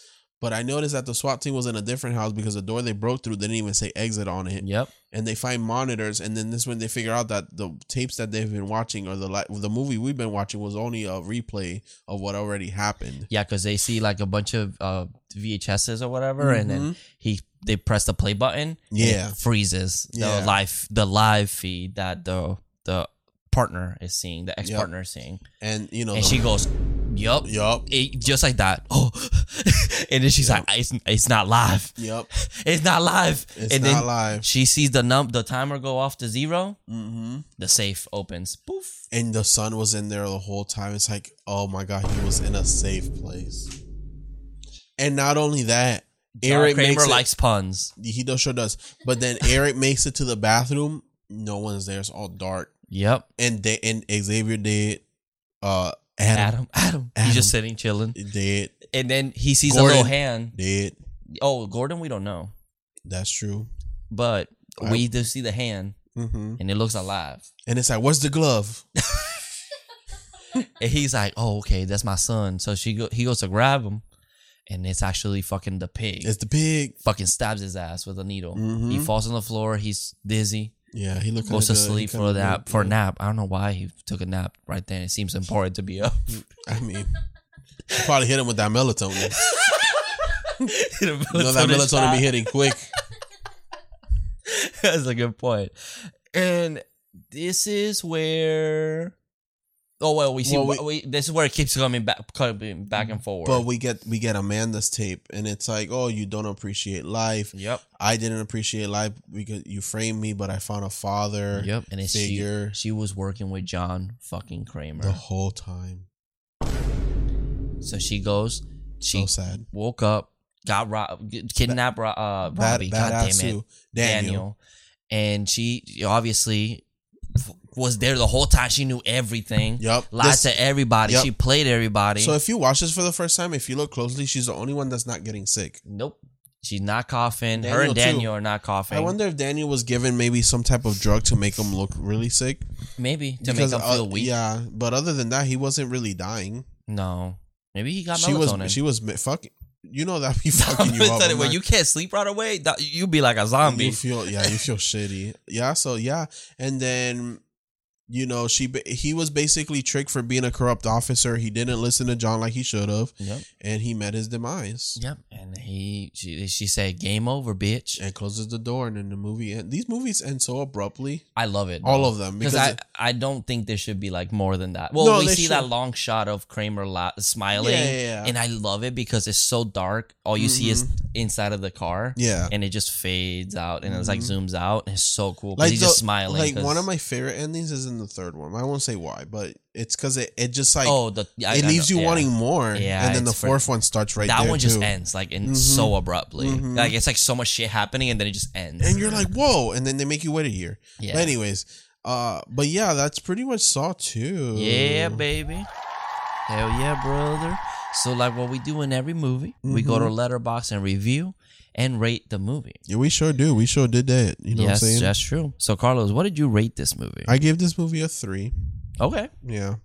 A: But I noticed that the SWAT team was in a different house because the door they broke through didn't even say exit on it.
B: Yep.
A: and they find monitors and then this when they figure out that the tapes that they've been watching or the li- the movie we've been watching was only a replay of what already happened
B: Yeah, because they see like a bunch of uh, VHSs or whatever, and then
A: Mhm.
B: he they press the play button. and it
A: Yeah.
B: freezes the
A: Yeah.
B: live the live feed that the the partner is seeing, the ex partner is seeing,
A: and you know
B: and
A: the-
B: she goes, "Yup."
A: yup
B: It, just like that. Oh, and then she's like, "It's it's not live.
A: yup
B: It's not live."
A: it's
B: and
A: not
B: then
A: live
B: she sees the num the timer go off to zero.
A: hmm
B: The safe opens. Poof.
A: and the son was in there the whole time it's like oh my god he was in a safe place and not only that
B: Eric
A: Eric
B: Kramer
A: makes it,
B: likes puns.
A: he does sure does but then Eric makes it to the bathroom no one's there it's all dark
B: Yep.
A: and they and Xavier did uh Adam,
B: Adam. Adam.
A: Adam.
B: He's just sitting chilling.
A: did
B: and then he sees a
A: Gordon.
B: little hand.
A: Dead.
B: Oh, Gordon, we don't know,
A: That's true.
B: but
A: I-
B: we do see the hand,
A: Mm-hmm.
B: and it looks alive.
A: And it's like, where's the glove?
B: And he's like, "Oh, okay, that's my son." So she go, he goes to grab him, and it's actually fucking the pig.
A: It's the pig.
B: fucking stabs his ass with a needle.
A: Mhm.
B: He falls on the floor. He's dizzy.
A: Yeah, he looked
B: Goes to
A: kinda good. He
B: sleep for
A: kinda
B: that
A: good.
B: for a nap. I don't know why he took a nap right then. It seems important to be up.
A: I mean, probably hit him with that melatonin.
B: you
A: you know that melatonin be hitting quick.
B: That's a good point. And this is where. Oh well, we see.
A: Well, we-
B: we, this is where it keeps coming back, coming back and forward.
A: But we get we get Amanda's tape, and it's like, oh, you don't appreciate life.
B: yep,
A: I didn't appreciate life because you framed me, but I found a father
B: yep. And it's she,
A: figure
B: she was working with John fucking Kramer.
A: the whole time.
B: So she goes. She
A: so sad.
B: woke up, got rob, kidnapped Ro- uh,
A: Bad,
B: Robbie. God damn
A: badass
B: it,
A: too.
B: Daniel.
A: Daniel.
B: And she obviously f- was there the whole time. She knew everything.
A: Yep.
B: Lied
A: This-
B: to everybody.
A: Yep.
B: She played everybody.
A: So if you watch this for the first time, if you look closely, she's the only one that's not getting sick.
B: nope. She's not coughing. Her
A: Daniel,
B: and
A: too.
B: Daniel are not coughing.
A: I wonder if Daniel was given maybe some type of drug to make him look really sick.
B: Maybe to
A: Because,
B: make them
A: uh,
B: feel weak.
A: Yeah, but other than that, he wasn't really dying.
B: No. Maybe he got
A: she
B: melatonin.
A: was she was mi- fucking. You know that be
B: Someone
A: fucking you up.
B: said it,
A: I'm
B: when
A: not-
B: you can't sleep right away, that, you be like a zombie.
A: You feel yeah, you feel shitty. Yeah, so yeah, and then you know she ba- he was basically tricked for being a corrupt officer. He didn't listen to John like he should have,
B: Yep.
A: and he met his demise.
B: Yep. And he she, she said, "Game over, bitch."
A: And closes the door, and then the movie. End. These movies end so abruptly,
B: I love it.
A: all of them,
B: because
A: because
B: I,
A: it-
B: I don't think there should be like more than that. Well,
A: No,
B: we
A: they
B: see that
A: should.
B: long shot of Kramer la- smiling,
A: Yeah, yeah, yeah.
B: and I love it because it's so dark. All you see is inside of the car,
A: Mm-hmm. yeah,
B: and it just fades out, and it's like
A: Mhm.
B: zooms out, and it's so cool. Like he's
A: the-
B: just smiling.
A: Like one
B: 'cause-
A: of my favorite endings is in the third one. I won't say why, but it's because it, it just like
B: oh, the I-
A: it
B: I
A: leaves
B: know,
A: you
B: yeah.
A: wanting more.
B: Yeah,
A: and then the
B: it's
A: fourth one starts right
B: that
A: there,
B: one just
A: too.
B: ends like in
A: Mhm.
B: so abruptly.
A: Mhm.
B: Like it's like so much shit happening, and then it just ends.
A: and you're like whoa, and then they make you wait a year.
B: yeah,
A: But anyways, uh, but yeah, that's pretty much Saw Two.
B: Yeah, baby. Hell yeah, brother. So, like what we do in every movie, we go
A: Mm-hmm.
B: to Letterbox and review and rate the movie.
A: Yeah, we sure do. We sure did that. You know
B: yes,
A: what I'm saying?
B: that's true. So, Carlos, what did you rate this movie?
A: I gave this movie a three.
B: okay,
A: Yeah,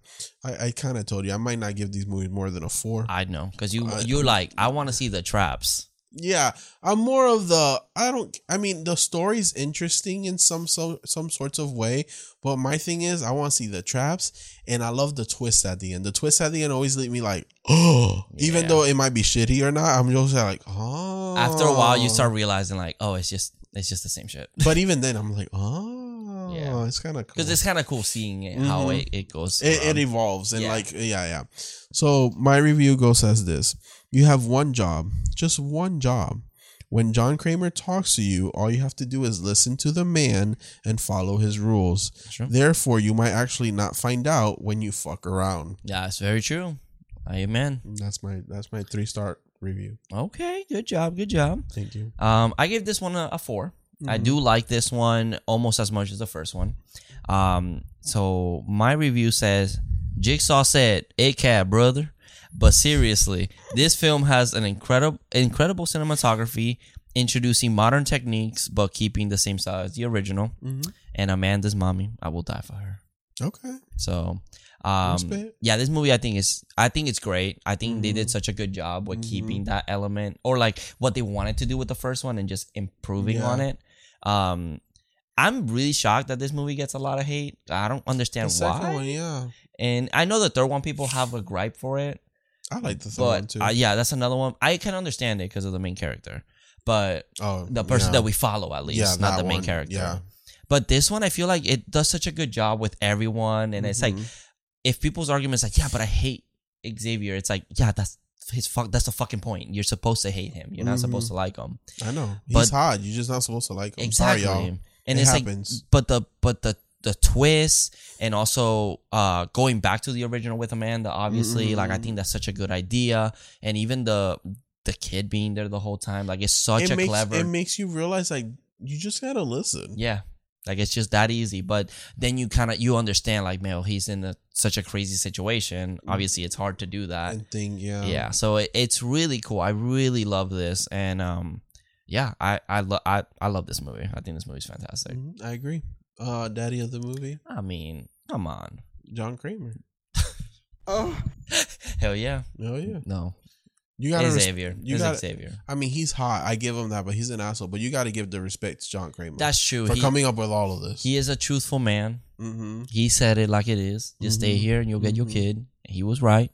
A: I, I kind of told you I might not give these movies more than a four.
B: I know because you
A: I-
B: you're like I want to see the traps.
A: yeah, I'm more of the I don't. I mean, the story's interesting in some so, some sorts of way, but my thing is I want to see the traps, and I love the twist at the end. The twist at the end always leave me like, oh, even
B: Yeah.
A: though it might be shitty or not, I'm just like, oh.
B: After a while, you start realizing like, oh, it's just it's just the same shit.
A: but even then, I'm like, oh,
B: Yeah.
A: it's kind of cool.
B: Because it's kind of cool seeing it, how
A: Mhm.
B: it, it goes.
A: it, e it
B: around.
A: evolves and
B: Um, Yeah.
A: like yeah, yeah. So my review goes as this: You have one job, just one job. When John Kramer talks to you, all you have to do is listen to the man and follow his rules.
B: True.
A: Therefore, you might actually not find out when you fuck around.
B: yeah, it's very true. Amen.
A: That's my that's my three star review.
B: Okay, good job, good job.
A: Thank you.
B: Um, I gave this one a, a 4 I
A: Mhm.
B: do like this one almost as much as the first one. Um, so my review says Jigsaw said, "A cab, brother." But seriously, this film has an incredible, incredible cinematography, introducing modern techniques but keeping the same style as the original.
A: Mhm.
B: And Amanda's mommy, I will die for her.
A: Okay.
B: So,
A: Respect.
B: um, yeah, this movie I think is I think it's great. I think they did
A: Mhm.
B: such a good job with
A: Mhm.
B: keeping that element or like what they wanted to do with the first one and just improving
A: Yeah.
B: on it. Um, I'm really shocked that this movie gets a lot of hate. I don't
A: The
B: understand
A: second
B: why.
A: one, yeah.
B: And I know the third one people have a gripe for it,
A: I like the third one
B: but
A: too.
B: uh, yeah, that's another one. I can understand it because of the main character, but
A: oh,
B: the person
A: yeah.
B: that we follow at least,
A: Yeah,
B: not
A: that
B: the main
A: one.
B: character.
A: Yeah.
B: But this one, I feel like it does such a good job with everyone, and it's like
A: Mhm.
B: if people's argument is like, yeah, but I hate Xavier, it's like, yeah, that's his fuck. That's the fucking point. You're supposed to hate him. You're not supposed to like him.
A: I know he's
B: but-
A: hot. You're just not supposed to like him.
B: exactly.
A: Mm-hmm. Sorry, y'all.
B: and
A: It
B: it's
A: happens.
B: like, but the but the the twist and also uh going back to the original with Amanda, obviously, like I
A: Mhm.
B: think that's such a good idea, and even the the kid being there the whole time, like it's such
A: it
B: a
A: makes,
B: clever.
A: It makes you realize like you just gotta listen.
B: Yeah. Like it's just that easy. But then you kind of you understand like, man, he's in a, such a crazy situation.
A: Mm-hmm.
B: Obviously, it's hard to do that.
A: And think, yeah,
B: yeah. So it, it's really cool. I really love this, and um, yeah, I I love I, I love this movie. I think this movie's fantastic.
A: Mhm, I agree. Uh, daddy of the movie,
B: I mean, come on,
A: John Kramer. oh,
B: hell yeah.
A: oh yeah.
B: No,
A: You gotta.
B: it's
A: res-
B: Xavier.
A: you
B: It's
A: gotta-
B: Xavier.
A: I mean, he's hot. I give him that, but he's an asshole. But you gotta give the respect to John Kramer
B: That's true.
A: for
B: He,
A: coming up with all of this.
B: he is a truthful man.
A: mm-hmm.
B: He said it like it is. Just stay
A: Mhm.
B: here and you'll get your
A: Mhm.
B: kid. He was right.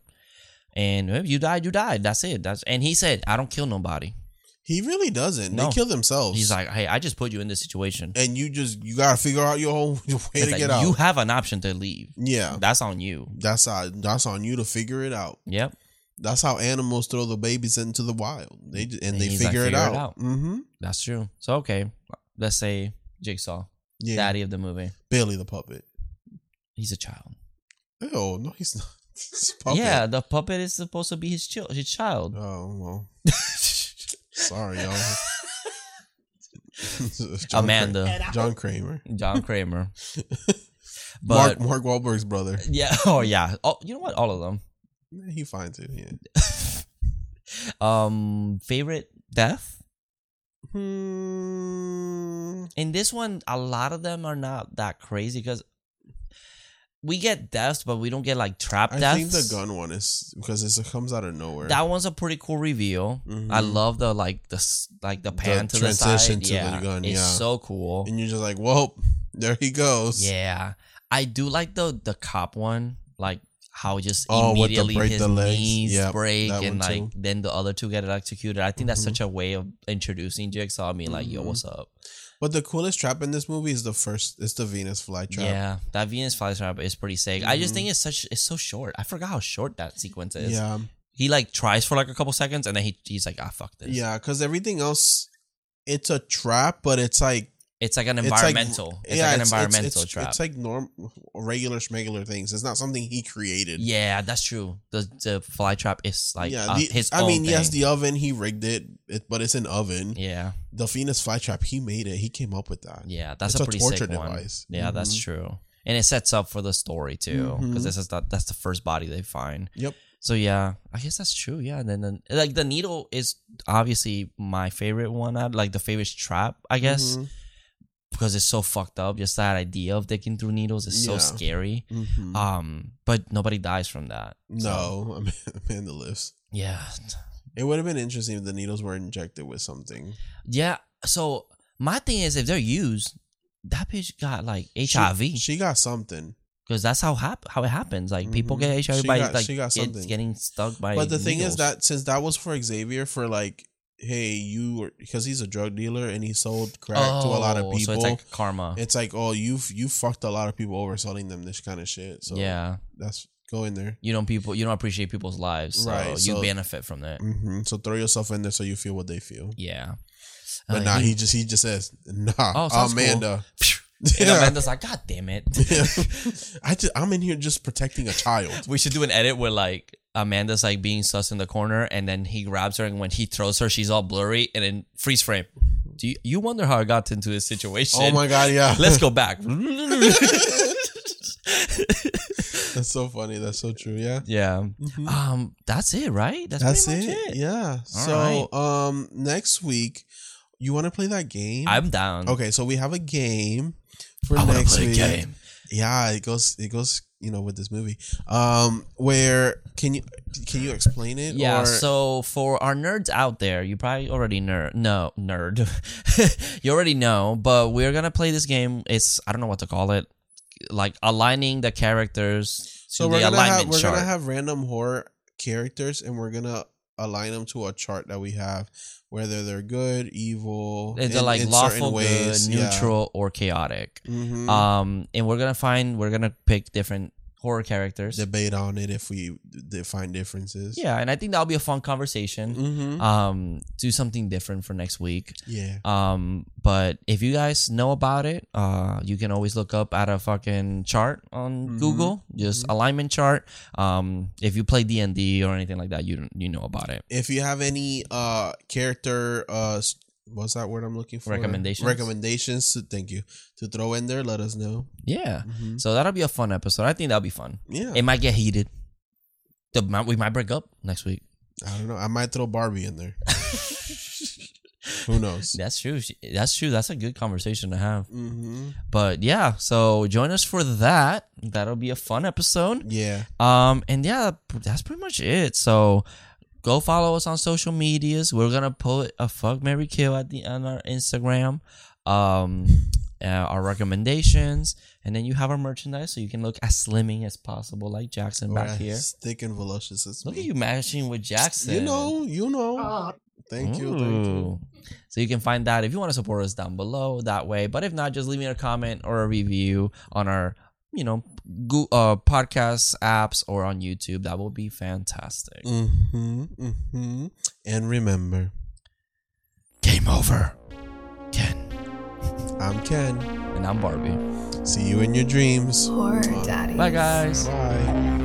B: And if you died, you died. That's it. That's and he said, I don't kill nobody.
A: He really doesn't.
B: No.
A: They kill themselves.
B: He's like, hey, I just put you in this situation.
A: and you just you gotta figure out your own way
B: It's
A: to
B: like,
A: get out.
B: You have an option to leave.
A: yeah,
B: That's on you.
A: that's how, that's on you to figure it out.
B: Yep.
A: That's how animals throw the babies into the wild. They ju- and,
B: And
A: they
B: he's like,
A: figure, it,
B: "Figure it
A: out.
B: out."
A: Mm-hmm.
B: That's true. So okay. Let's say Jigsaw,
A: Yeah,
B: daddy of the movie.
A: Billy the puppet.
B: He's a child.
A: Oh no, he's not. He's a puppet.
B: Yeah, the puppet is supposed to be his child his child.
A: Oh well. Sorry, y'all. John Kra-
B: Amanda.
A: John Kramer.
B: John Kramer. But
A: Mark Mark Wahlberg's brother.
B: yeah, oh yeah. Oh, you know what? All of them.
A: He finds it. Yeah.
B: um, favorite death
A: Hmm.
B: in this one. A lot of them are not that crazy because we get deaths, but we don't get like trap
A: I
B: deaths.
A: think the gun one is because it's- it comes out of nowhere.
B: That one's a pretty cool reveal.
A: Mhm.
B: I love the like the s- like the pan to the
A: transition
B: side.
A: to the
B: yeah,
A: gun,
B: it's
A: yeah.
B: so cool.
A: and you're just like, whoa, there he goes.
B: Yeah, I do like the the cop one, like how just
A: Oh, with the
B: immediately
A: break
B: his
A: the legs.
B: knees
A: Yep,
B: break
A: that
B: and
A: one
B: like
A: too.
B: then the other two get executed. I think that's
A: Mhm.
B: such a way of introducing Jigsaw. I mean, like, yo,
A: Mhm.
B: what's up?
A: But the coolest trap in this movie is the first. It's the Venus flytrap.
B: Yeah, that Venus flytrap is pretty sick. I just
A: Mhm.
B: think it's such it's so short. I forgot how short that sequence is.
A: Yeah.
B: He like tries for like a couple seconds and then he, he's like, ah, fuck this.
A: Yeah. Because everything else, it's a trap, but it's like
B: it's like an
A: it's like-
B: environmental. It's like, an environmental
A: it's, it's,
B: trap.
A: It's like norm, regular schmegular things. It's not something he created.
B: yeah, that's true. The the flytrap is like uh,
A: the-
B: his.
A: I
B: own
A: mean, yes,
B: thing.
A: the oven he rigged it, it but it's an oven.
B: yeah.
A: The Venus flytrap, he made it. He came up with that.
B: Yeah, that's
A: It's
B: a
A: a
B: pretty sick
A: torture
B: one.
A: device.
B: Yeah, that's
A: Mhm.
B: true. And it sets up for the story too,
A: Mhm.
B: because this is the, that's the first body they find.
A: Yep.
B: So yeah, I guess that's true. Yeah, and then, then like the needle is obviously my favorite one. Out like the favorite trap, I guess,
A: Mhm.
B: because it's so fucked up. Just that idea of digging through needles is so
A: Yeah.
B: scary.
A: Mhm.
B: Um, but nobody dies from that. So,
A: no, I mean, Amanda lives.
B: yeah,
A: It would have been interesting if the needles were injected with something.
B: yeah. So my thing is, if they're used, that bitch got like
A: She-
B: HIV.
A: She got something.
B: because that's how hap- how it happens. Like people
A: Mhm.
B: get HIV
A: She
B: by
A: got-
B: like
A: she got
B: kids
A: something.
B: getting stuck by.
A: But the thing
B: needles.
A: is that since that was for Xavier for like, hey, you were because he's a drug dealer and he sold crack to a lot of
B: Oh,
A: people.
B: so it's like karma.
A: oh, you've you fucked a lot of people over selling them this kind of shit. So
B: yeah,
A: that's go in there.
B: you don't people you don't appreciate people's lives, so
A: Right,
B: you
A: so-
B: benefit from that.
A: hmm So throw yourself in there so you feel what they feel.
B: Yeah,
A: But
B: Uh,
A: nah, he just he just says nah,
B: Oh, sounds cool.
A: Amanda.
B: And
A: Yeah.
B: Amanda's like, God damn it!
A: Yeah. I just, I'm in here just protecting a child.
B: we should do an edit where like Amanda's like being sus in the corner, and then he grabs her, and when he throws her, she's all blurry, and then freeze frame. Do you, you wonder how I got into this situation?
A: Oh my Mm-hmm. god, yeah.
B: Let's go back.
A: That's so funny. That's so true. Yeah.
B: yeah.
A: Mhm.
B: Um, that's it, right?
A: That's
B: pretty
A: it.
B: much
A: Yeah. so um next week, you want to play that game?
B: I'm down.
A: okay. So we have a game for
B: I wanna
A: next
B: play a
A: week.
B: game.
A: Yeah, it goes. It goes. You know, with this movie, um, where can you can you explain it?
B: Yeah.
A: Or,
B: so for our nerds out there, you probably already nerd. No, nerd. you already know, but we're gonna play this game. It's I don't know what to call it, like aligning the characters to
A: so
B: the
A: we're gonna
B: alignment
A: have, we're
B: chart.
A: gonna have random horror characters, and we're gonna align them to a chart that we have, whether they're good, evil,
B: It's
A: in-
B: like
A: in certain
B: lawful
A: ways,
B: good,
A: yeah.
B: neutral, or chaotic.
A: Mhm.
B: Um, and we're gonna find we're gonna pick different horror characters.
A: Debate on it if we define differences.
B: yeah, and I think that'll be a fun conversation.
A: hmm
B: Um, do something different for next week.
A: yeah.
B: Um, but if you guys know about it, uh, you can always look up at a fucking chart on
A: Mhm.
B: Google, just alignment chart. Um, if you play D and D or anything like that, you don't, you know about it.
A: if you have any uh character uh s- what's that word i'm looking for
B: Recommendations?
A: recommendations to, thank you to throw in there let us know
B: Yeah.
A: Mhm.
B: So that'll be a fun episode. I think that'll be fun.
A: yeah
B: It might get heated. The might- we might break up next week.
A: i don't know i might throw barbie in there who knows
B: That's true. She- That's true. That's a good conversation to have.
A: mm-hmm.
B: But yeah, so join us for that. That'll be a fun episode.
A: yeah
B: Um, and yeah, that's pretty much it. So go follow us on social medias. We're gonna put a fuck Mary Kill at the on our Instagram. Um uh, our recommendations, and then you have our merchandise, so you can look as slimming as possible, like Jackson
A: Or
B: back
A: as
B: here.
A: thick and voluptuous as
B: Look
A: me.
B: at you matching with Jackson.
A: you know you know thank you thank you
B: Ooh. So you can find that if you want to support us down below that way. But if not, just leave me a comment or a review on our, you know, Goo- uh, podcast apps or on YouTube. That will be fantastic.
A: hmm hmm and remember
B: Game over. Ken.
A: i'm ken
B: And I'm Barbie.
A: see you in your dreams
C: Poor daddy.
B: Bye, guys.
A: bye